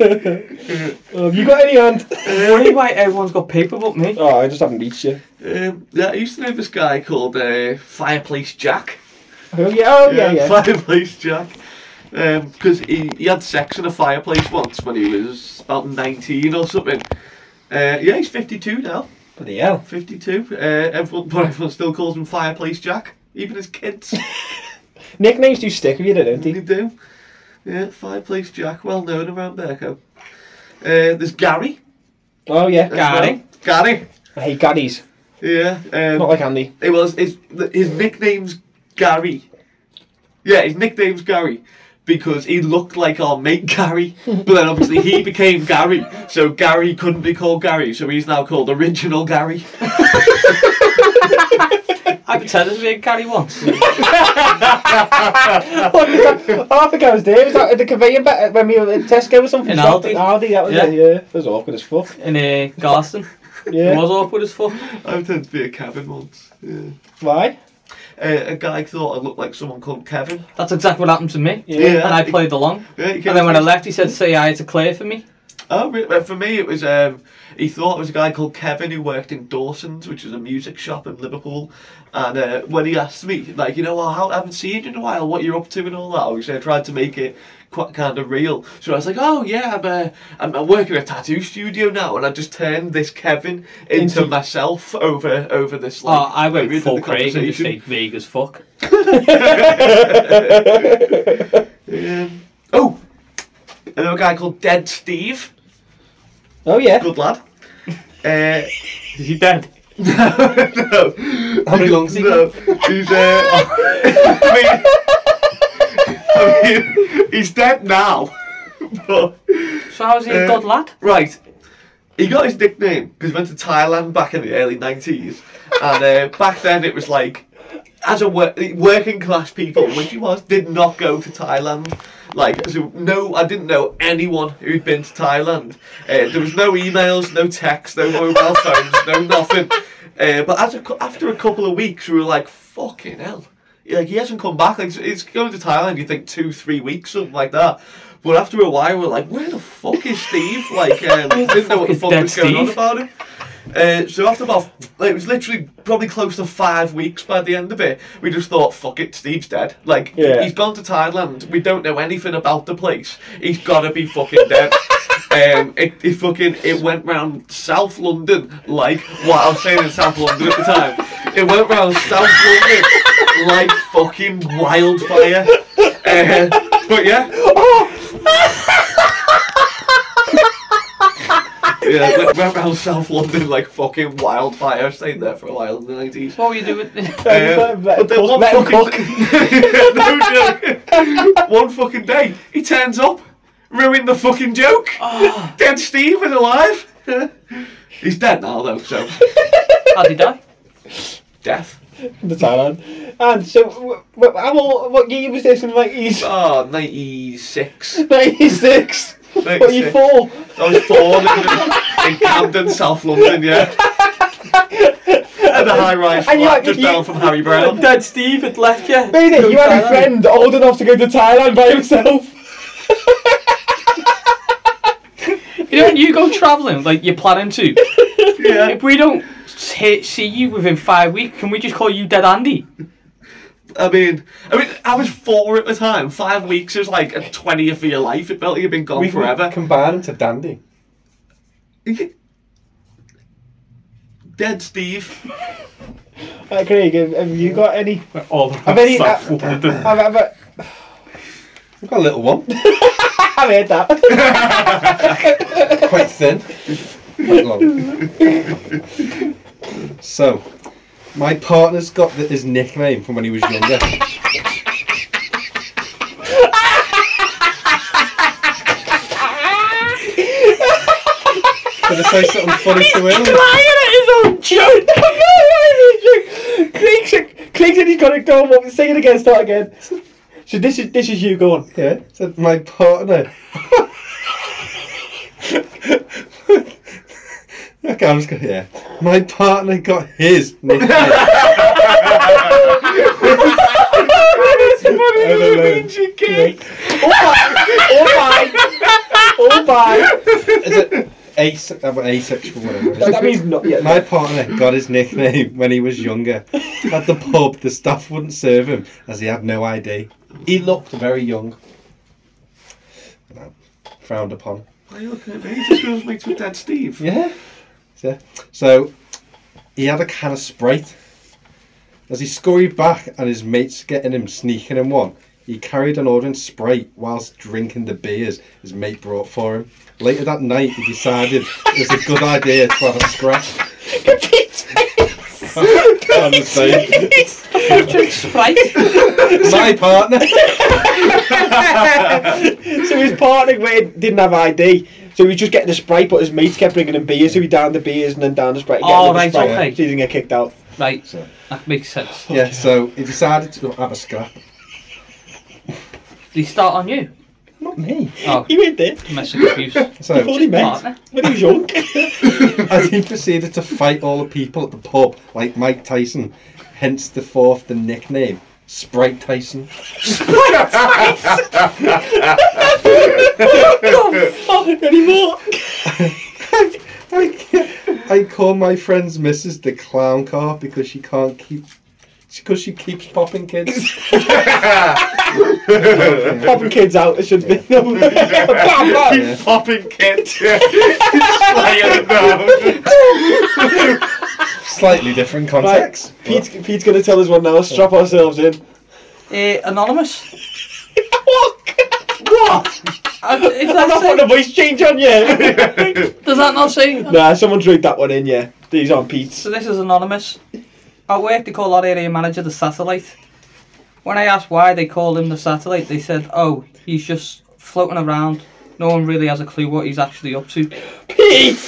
Speaker 4: Oh, have you got any hand?
Speaker 5: Funny why everyone's got paper but me.
Speaker 4: Oh, I just haven't reached you.
Speaker 1: Um, yeah, I used to know this guy called uh, Fireplace Jack.
Speaker 4: Oh yeah, oh yeah, yeah.
Speaker 1: Fireplace Jack. Because he, he had sex in a fireplace once when he was about 19 or something. Uh, yeah, he's 52 now.
Speaker 4: Bloody hell.
Speaker 1: 52. Uh, everyone, but everyone still calls him Fireplace Jack. Even his kids.
Speaker 4: Nicknames do stick with you, don't
Speaker 1: they
Speaker 4: they?
Speaker 1: do. Yeah, Fireplace Jack, well known around Berco. Uh, there's Gary.
Speaker 4: Oh yeah.
Speaker 1: as well.
Speaker 5: Gary.
Speaker 1: Gary.
Speaker 4: I hate Gaddies.
Speaker 1: Yeah. Um,
Speaker 4: Not like Andy.
Speaker 1: It was his his nickname's Gary. Yeah, his nickname's Gary because he looked like our mate Gary, but then obviously he became Gary, so Gary couldn't be called Gary, so he's now called Original Gary.
Speaker 5: I pretended to be a carry once.
Speaker 4: What was that? Oh, I think I was there. Was that at the conveyor belt when we were at Tesco or something?
Speaker 5: In
Speaker 4: Was
Speaker 5: Aldi.
Speaker 4: that- Aldi, that was
Speaker 5: Yeah.
Speaker 4: it. Yeah, it was awkward as fuck.
Speaker 5: in uh, Garston. It
Speaker 4: Yeah.
Speaker 5: was awkward as fuck.
Speaker 1: I pretended to be a cabin once. Yeah.
Speaker 4: Why?
Speaker 1: uh, a guy thought I looked like someone called Kevin.
Speaker 5: That's exactly what happened to me.
Speaker 7: Yeah.
Speaker 5: And I played along.
Speaker 1: Yeah, you
Speaker 5: And then when I
Speaker 1: can't-
Speaker 5: left, he said, "Say hi to Claire for me."
Speaker 1: Oh, re- uh, for me, it was. Um, he thought it was a guy called Kevin who worked in Dawson's, which is a music shop in Liverpool. And uh, when he asked me, like, you know, I ha- haven't seen you in a while, what you're up to and all that, obviously I tried to make it quite kind of real. So I was like, oh, yeah, I'm, uh, I'm, I work in a tattoo studio now. And I just turned this Kevin into, myself over over this. Like,
Speaker 5: Oh, I went
Speaker 1: period of
Speaker 5: full
Speaker 1: the
Speaker 5: Craig and just
Speaker 1: conversation.
Speaker 5: stayed vague as fuck.
Speaker 1: Um, oh, another guy called Dead Steve.
Speaker 7: Oh yeah.
Speaker 1: Good lad. Uh,
Speaker 5: Is he dead?
Speaker 1: no.
Speaker 2: How many lungs he
Speaker 1: No. He's, uh, I, mean, I mean, he's dead now. but,
Speaker 5: So how's he a
Speaker 1: Uh,
Speaker 5: good lad?
Speaker 1: right. He got his nickname because he went to Thailand back in the early 90s. And uh, back then it was like, as a wor- working class people, which he was, did not go to Thailand. Like, so no, I didn't know anyone who'd been to Thailand. Uh, there was no emails, no texts, no mobile phones, no nothing. Uh, but as a, cou- after a couple of weeks, we were like, fucking hell. Like, he hasn't come back. Like, it's- it's going to Thailand, you think, two, three weeks, something like that. But after a while, we are like, where the fuck is Steve? Like, um, didn't know what the
Speaker 5: Is
Speaker 1: fuck
Speaker 5: that
Speaker 1: was going on
Speaker 5: Steve?
Speaker 1: about him. Uh, so after about, like, it was literally probably close to five weeks by the end of it. We just thought, fuck it, Steve's dead. Like,
Speaker 7: Yeah.
Speaker 1: he's gone to Thailand. We don't know anything about the place. He's gotta be fucking dead. Um, it, it fucking it went round South London like what I was saying in South London at the time. It went round South London like fucking wildfire. Uh, but yeah. yeah, it went- went round South London like fucking wildfire. I stayed there for a while in the nineties.
Speaker 5: What were you doing?
Speaker 1: Um, but then one
Speaker 7: Let him
Speaker 1: fucking no joke. one fucking day, he turns up, ruined the fucking joke.
Speaker 7: Ah.
Speaker 1: Dead Steve is alive. He's dead now though, so
Speaker 5: How'd he die?
Speaker 1: death.
Speaker 7: The Thailand. And so, wh- wh- how old, what year was this in the nineties?
Speaker 1: Oh, 96.
Speaker 7: Ninety six. What you
Speaker 1: 96.
Speaker 7: four?
Speaker 1: I was born in, in Camden, South London, yeah. At the high rise
Speaker 7: And you
Speaker 1: flat
Speaker 7: like-
Speaker 1: just
Speaker 7: you-
Speaker 1: down from Harry Brown.
Speaker 5: Dead Steve had left you.
Speaker 7: Made it. You had a friend old enough to go to Thailand by himself.
Speaker 5: You know, when you go travelling, like you're planning to.
Speaker 1: Yeah.
Speaker 5: If we don't see, see you within five weeks, can we just call you Dead Andy?
Speaker 1: I mean, I mean, I was four at the time. Five weeks is like a twentieth of your life. It felt like you've been gone
Speaker 2: We can
Speaker 1: forever.
Speaker 2: combine them to Dandy.
Speaker 1: Dead Steve.
Speaker 7: Right, Ah, Craig, have, have you got any?
Speaker 5: All
Speaker 7: Have any? ah, Have, have, have, have,
Speaker 2: I've got a little one.
Speaker 7: I've heard that.
Speaker 2: quite thin, quite long. so, my partner's got th his nickname from when he was younger. Did I say something funny to him?
Speaker 7: Craig, said- Craig said he's got to go. What? Sing it again. Start again. So this is this is you going.
Speaker 2: Yeah, said my partner. okay, I'm just gonna yeah. My partner got his nickname. I don't know.
Speaker 7: Oh my! Oh my!
Speaker 2: Is it ase- uh, asexual? Whatever. it is.
Speaker 7: That means not yet.
Speaker 2: My partner got his nickname when he was younger. At the pub, the staff wouldn't serve him as he had no ID. He looked very young. No, frowned upon.
Speaker 1: Why are you looking at me? He just goes mates with Dead Steve.
Speaker 2: Yeah. So, so he had a can of Sprite. As he scurried back and his mates getting him sneaking him one, he carried on ordering Sprite whilst drinking the beers his mate brought for him. Later that night, he decided it was a good idea to have a scrap. on the stage.
Speaker 5: Drink Sprite.
Speaker 2: My partner.
Speaker 7: so his partner went, didn't have ID. So he was just getting the Sprite, but his mates kept bringing him beers, so he downed the beers and then downed the Sprite again.
Speaker 5: Oh,
Speaker 7: with the
Speaker 5: right,
Speaker 7: Sprite,
Speaker 5: okay.
Speaker 7: So he didn't get kicked out.
Speaker 5: Right,
Speaker 2: So-
Speaker 5: that makes sense.
Speaker 2: Yeah, so he decided to have a scrap.
Speaker 5: Did he start on you?
Speaker 2: Not me.
Speaker 5: Oh,
Speaker 7: He went there.
Speaker 5: domestic abuse.
Speaker 7: Before
Speaker 2: So
Speaker 7: he met.
Speaker 5: Partner.
Speaker 7: When he was young.
Speaker 2: as he proceeded to fight all the people at the pub, like Mike Tyson, Hence the fourth, the nickname Sprite Tyson.
Speaker 4: anymore.
Speaker 2: I, ca- I call my friend's missus the clown car because she can't keep. Because she keeps popping kids.
Speaker 4: Popping kids out, it should be. No. Bam, bam.
Speaker 2: Yeah.
Speaker 1: Popping kid. Slaying them.
Speaker 2: Slightly different context.
Speaker 4: Right, Pete's, Pete's going to tell us one now. Strap ourselves in.
Speaker 5: Uh, anonymous.
Speaker 4: what?
Speaker 5: I,
Speaker 4: I'm
Speaker 5: if that's
Speaker 4: not putting a voice change on you.
Speaker 5: does that not say?
Speaker 4: nah, someone dragged that one in, yeah. He's on Pete's.
Speaker 5: So this is anonymous. At work, they call our area manager the satellite. When I asked why they called him the satellite, they said, "Oh, he's just floating around. No one really has a clue what he's actually up to."
Speaker 4: Pete!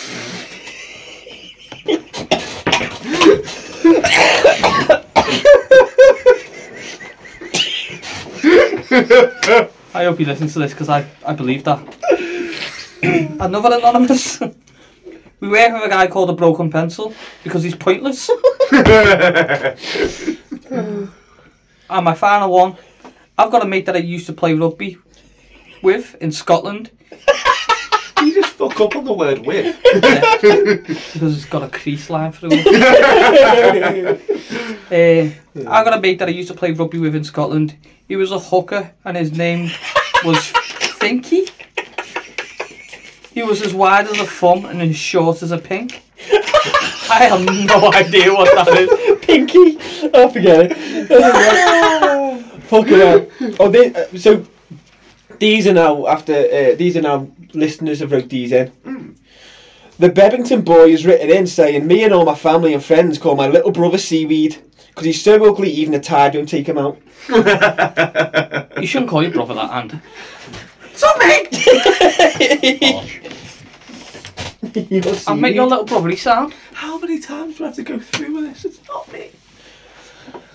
Speaker 5: I hope you listen to this because I, I believe that. Another anonymous. we work with a guy called a broken pencil because he's pointless. and my final one. I've got a mate that I used to play rugby with in Scotland
Speaker 1: You just fuck up on the word with.
Speaker 5: because it's got a crease line through it. uh, I got a mate that I used to play rugby with in Scotland. He was a hooker and his name was Finky. He was as wide as a thumb and as short as a pink. I have no idea what that is.
Speaker 4: Pinky! Oh, forget it. Fucking hell. Oh, they, uh, so, these are now, after, uh, these are now, listeners have wrote these in. The Bebbington boy has written in saying, Me and all my family and friends call my little brother Seaweed because he's so ugly even the tide don't take him out.
Speaker 5: You shouldn't call your brother that, and
Speaker 4: You're
Speaker 1: Oh,
Speaker 5: I'll make your little brother sound.
Speaker 1: How many times do I have to go through with this? It's not me.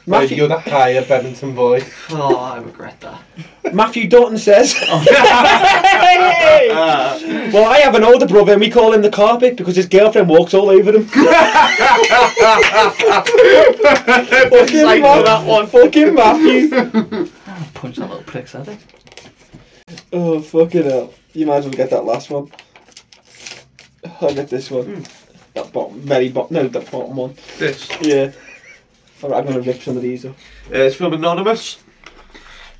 Speaker 2: Right,
Speaker 4: Matthew-
Speaker 2: you're the higher Bevington boy.
Speaker 1: Oh, I regret that.
Speaker 4: Matthew Doughton says.
Speaker 1: Oh,
Speaker 4: well, I have an older brother and we call him the carpet because his girlfriend walks all over him. fucking,
Speaker 1: Like
Speaker 4: Matthew,
Speaker 1: that one.
Speaker 4: fucking Matthew.
Speaker 5: Punch that little prick's head in.
Speaker 4: Oh, fucking hell. You might as well get that last one. I'll get this one.
Speaker 1: Hmm.
Speaker 4: That bottom, very bottom, no, that bottom one.
Speaker 1: This. Uh,
Speaker 4: Yeah. Alright, I'm gonna rip some of these up.
Speaker 1: it's from Anonymous.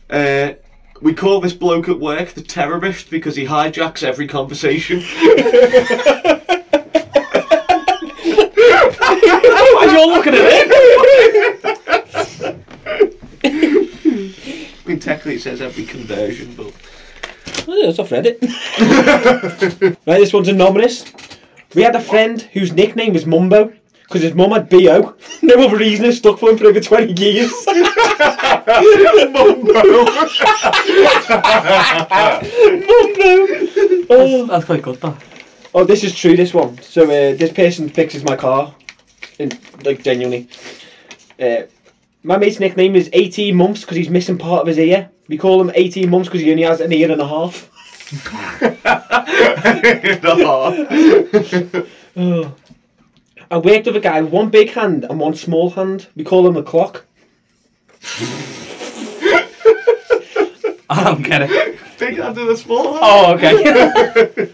Speaker 1: Uh, we call this bloke at work the terrorist because he hijacks every conversation.
Speaker 4: You're looking at it!
Speaker 1: I mean, technically it says every conversion, but
Speaker 4: Oh, that's off Reddit. right, this one's anonymous. We had a friend whose nickname was Mumbo because his mum had BO. No other reason it stuck for him for over 20 years. Mumbo! Oh.
Speaker 5: That's quite good, that.
Speaker 4: oh, this is true, this one. So uh, this person fixes my car. In, like, genuinely. Uh, my mate's nickname is 18 months because he's missing part of his ear. We call him 18 months because he only has an ear and a half. Oh. I worked with a guy with one big hand and one small hand. We call him the clock.
Speaker 5: I don't get it.
Speaker 1: big hand and a small hand.
Speaker 5: Oh, okay.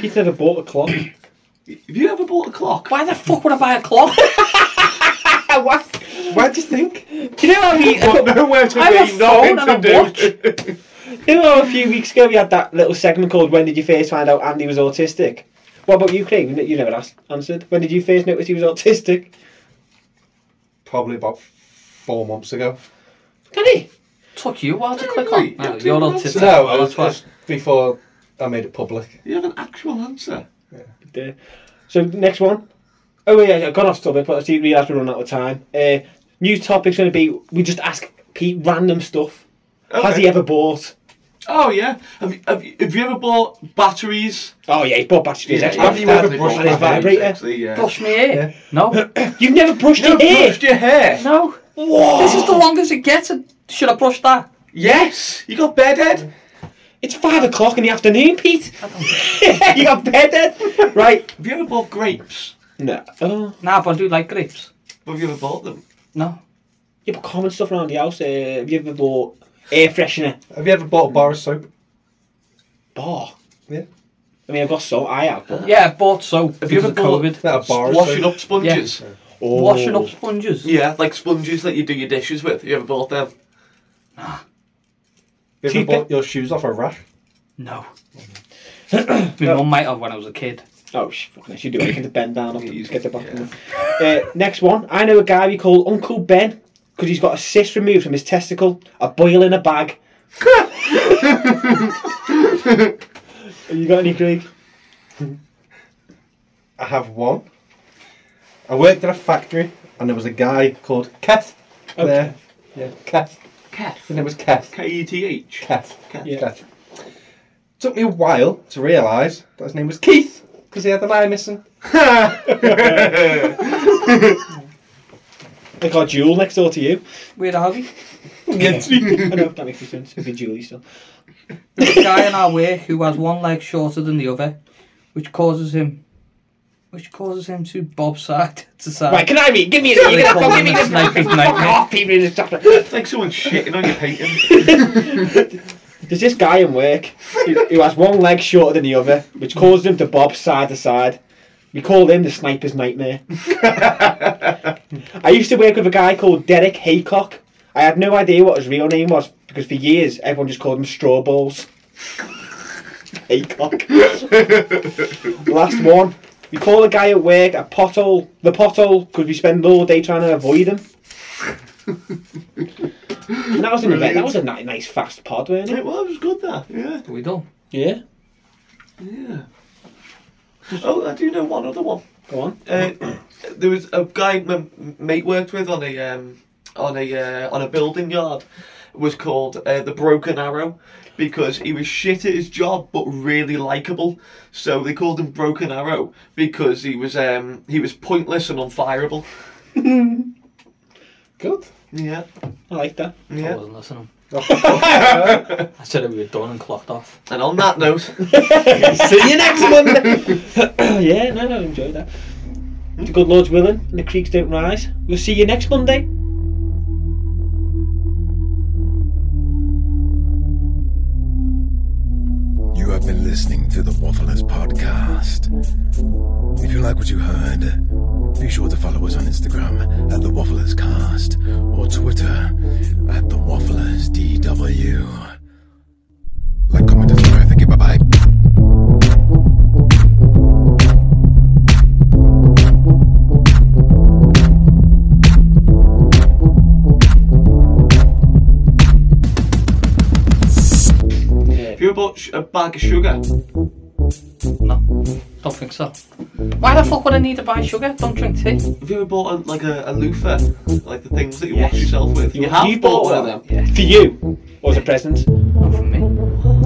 Speaker 4: He's never bought a clock.
Speaker 1: Have you ever bought a clock?
Speaker 5: Why the fuck would I buy a clock?
Speaker 2: What do you think?
Speaker 4: Do you know how we?
Speaker 1: Nowhere to
Speaker 5: I have
Speaker 1: be,
Speaker 5: a phone
Speaker 1: nothing
Speaker 5: and a
Speaker 1: to do.
Speaker 4: you know how a few weeks ago we had that little segment called "When did you first find out Andy was autistic?" What about you, Craig? You never asked, answered. When did you first notice he was autistic?
Speaker 2: Probably about four months ago.
Speaker 4: Did he?
Speaker 5: Took you a while to click
Speaker 1: Really?
Speaker 5: on. Oh,
Speaker 1: Don't
Speaker 5: you're
Speaker 1: do
Speaker 5: autistic.
Speaker 1: that.
Speaker 2: No,
Speaker 5: well,
Speaker 2: it
Speaker 5: that's
Speaker 2: was, it
Speaker 5: why.
Speaker 2: was before I made it public.
Speaker 1: You have an actual answer.
Speaker 4: Yeah. So next one. Oh yeah, I got off topic, but I see we have to run out of time. Uh, new topic's going to be we just ask Pete random stuff. Has
Speaker 1: Okay.
Speaker 4: he ever bought?
Speaker 1: Oh yeah. Have you, have you, have you ever bought batteries?
Speaker 4: Oh yeah, he bought batteries. for his Xbox.
Speaker 2: have you ever brushed
Speaker 1: batteries,
Speaker 4: his vibrator?
Speaker 1: actually, Yeah.
Speaker 5: Brush me here. No.
Speaker 4: You've never brushed
Speaker 1: You
Speaker 4: your hair.
Speaker 1: brushed your hair.
Speaker 5: No. This is the longest it gets. and Should I brush that?
Speaker 1: Yes. You got bedhead.
Speaker 4: It's five o'clock in the afternoon, Pete. you got bed then? right.
Speaker 1: Have you ever bought grapes?
Speaker 4: No. Oh.
Speaker 5: Nah, but I do like grapes.
Speaker 1: Have you ever bought them?
Speaker 5: No.
Speaker 4: Yeah, but common stuff around the house. Uh, have you ever bought air freshener?
Speaker 2: Have you ever bought a bar of soap?
Speaker 4: Bar.
Speaker 2: Yeah.
Speaker 4: I mean, I've got so I have. But
Speaker 5: Yeah, I've bought soap.
Speaker 1: Have you ever bought
Speaker 5: COVID?
Speaker 2: Not a bar of
Speaker 1: washing
Speaker 2: soap.
Speaker 1: up sponges? Yeah.
Speaker 4: Oh.
Speaker 5: Washing up sponges.
Speaker 1: like sponges that you do your dishes with. Have you ever bought them?
Speaker 2: Have you ever
Speaker 4: Cheap
Speaker 2: bought your shoes off a rack?
Speaker 5: No. My mum might have when I was a kid.
Speaker 4: oh, sh- fucking, I should do anything to bend down off
Speaker 1: Yeah,
Speaker 4: the, get the back.
Speaker 1: yeah.
Speaker 4: of them. Uh, next one. I know a guy we call Uncle Ben because he's got a cyst removed from his testicle, a boil in a bag. have you got any, Craig?
Speaker 2: I have one. I worked at a factory and there was a guy called Keth there. Yeah, Keth.
Speaker 1: Keth.
Speaker 2: His name was Keth.
Speaker 1: K E T H.
Speaker 2: Keth. Keth.
Speaker 4: Yeah.
Speaker 2: Took me a while to realise that his name was Keith because he had an eye missing.
Speaker 4: I got Jewel next door to you.
Speaker 5: Where are we?
Speaker 4: I don't know if that makes any sense. It'd be Julie still.
Speaker 5: There's a guy in our work who has one leg shorter than the other, which causes him, which causes him to bob side to side.
Speaker 4: Right, can I read? Give me a You're
Speaker 5: They
Speaker 4: gonna
Speaker 5: call
Speaker 4: fucking
Speaker 5: him
Speaker 4: give me
Speaker 5: a
Speaker 4: this.
Speaker 5: sniper's
Speaker 4: Fuck
Speaker 5: nightmare.
Speaker 4: off, people in this chapter.
Speaker 1: It's like someone shitting on your painting.
Speaker 4: There's this guy in work who who has one leg shorter than the other, which causes him to bob side to side. We called him the sniper's nightmare. I used to work with a guy called Derek Haycock. I had no idea what his real name was because for years everyone just called him Straw Balls. Haycock. Last one. We call a guy at work a pothole. The pothole because we spend all day trying to avoid him. And that was an event. That was a ni- nice fast pod, weren't it?
Speaker 1: it was good that. Yeah.
Speaker 5: Are we done?
Speaker 4: Yeah.
Speaker 1: Yeah. Oh, I do know one other one.
Speaker 4: Go on.
Speaker 1: Uh, there was a guy my m- mate worked with on a um, on a uh, on a building yard. Was called uh, the Broken Arrow because he was shit at his job but really likable. So they called him Broken Arrow because he was um, he was pointless and unfireable.
Speaker 2: Good.
Speaker 1: Yeah,
Speaker 4: I like that.
Speaker 5: I
Speaker 1: yeah.
Speaker 5: wasn't listening. I said we were done and clocked off.
Speaker 1: And on that note,
Speaker 4: See you next Monday. yeah, no, no, enjoyed that. The good Lord's willing, and the creeks don't rise. We'll see you next Monday.
Speaker 8: You have been listening to the Wafflers podcast. If you like what you heard, be sure to follow us on Instagram at the Wafflers Cast or Twitter at the Wafflers DW. Like, comment, and subscribe. Thank you. Bye bye.
Speaker 1: if you bought sh- a bag of sugar,
Speaker 5: No, don't think so. Why the fuck would I need to buy sugar? Don't drink tea.
Speaker 1: Have you ever bought a, like a, a loofah, like the things that you wash
Speaker 4: Yes.
Speaker 1: yourself with? You, have
Speaker 4: you
Speaker 1: bought one of them.
Speaker 5: Yeah,
Speaker 4: For you, or as a present.
Speaker 5: not for me.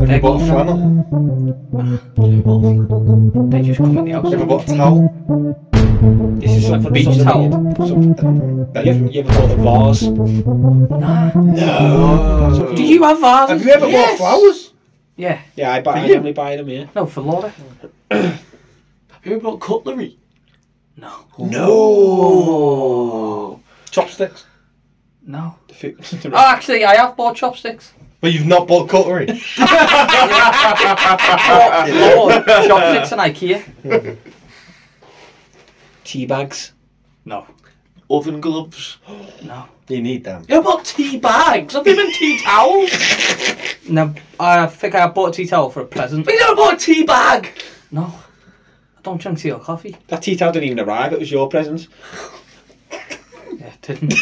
Speaker 2: Have you
Speaker 5: Egg
Speaker 2: bought a
Speaker 5: on.
Speaker 2: flannel?
Speaker 5: They just come in the house.
Speaker 2: Have you bought a towel?
Speaker 4: This is something.
Speaker 5: Beach
Speaker 4: something-
Speaker 5: towel.
Speaker 4: You ever, you ever bought a vase?
Speaker 2: No.
Speaker 5: Do you have vases?
Speaker 2: Have you ever
Speaker 4: Yes.
Speaker 2: bought flowers?
Speaker 5: Yeah.
Speaker 4: Yeah, I buy. I
Speaker 2: you?
Speaker 4: normally buy them. Yeah.
Speaker 5: No, for Laura.
Speaker 1: Have you ever bought cutlery?
Speaker 5: No.
Speaker 1: No.
Speaker 2: Chopsticks?
Speaker 5: No.
Speaker 4: The food-
Speaker 5: Oh, actually, I have bought chopsticks.
Speaker 2: But you've not bought cutlery.
Speaker 5: Lord, chopsticks and IKEA.
Speaker 4: Tea bags.
Speaker 5: No.
Speaker 1: Oven gloves.
Speaker 5: No.
Speaker 2: you need them.
Speaker 1: You bought tea bags. Have you been tea towels?
Speaker 5: No, I think I bought a tea towel for a present.
Speaker 1: you never bought a tea bag.
Speaker 5: No. I don't drink tea or coffee.
Speaker 4: That tea towel didn't even arrive. It was your present.
Speaker 5: Yeah, didn't.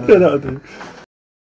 Speaker 4: Yeah, that'll do.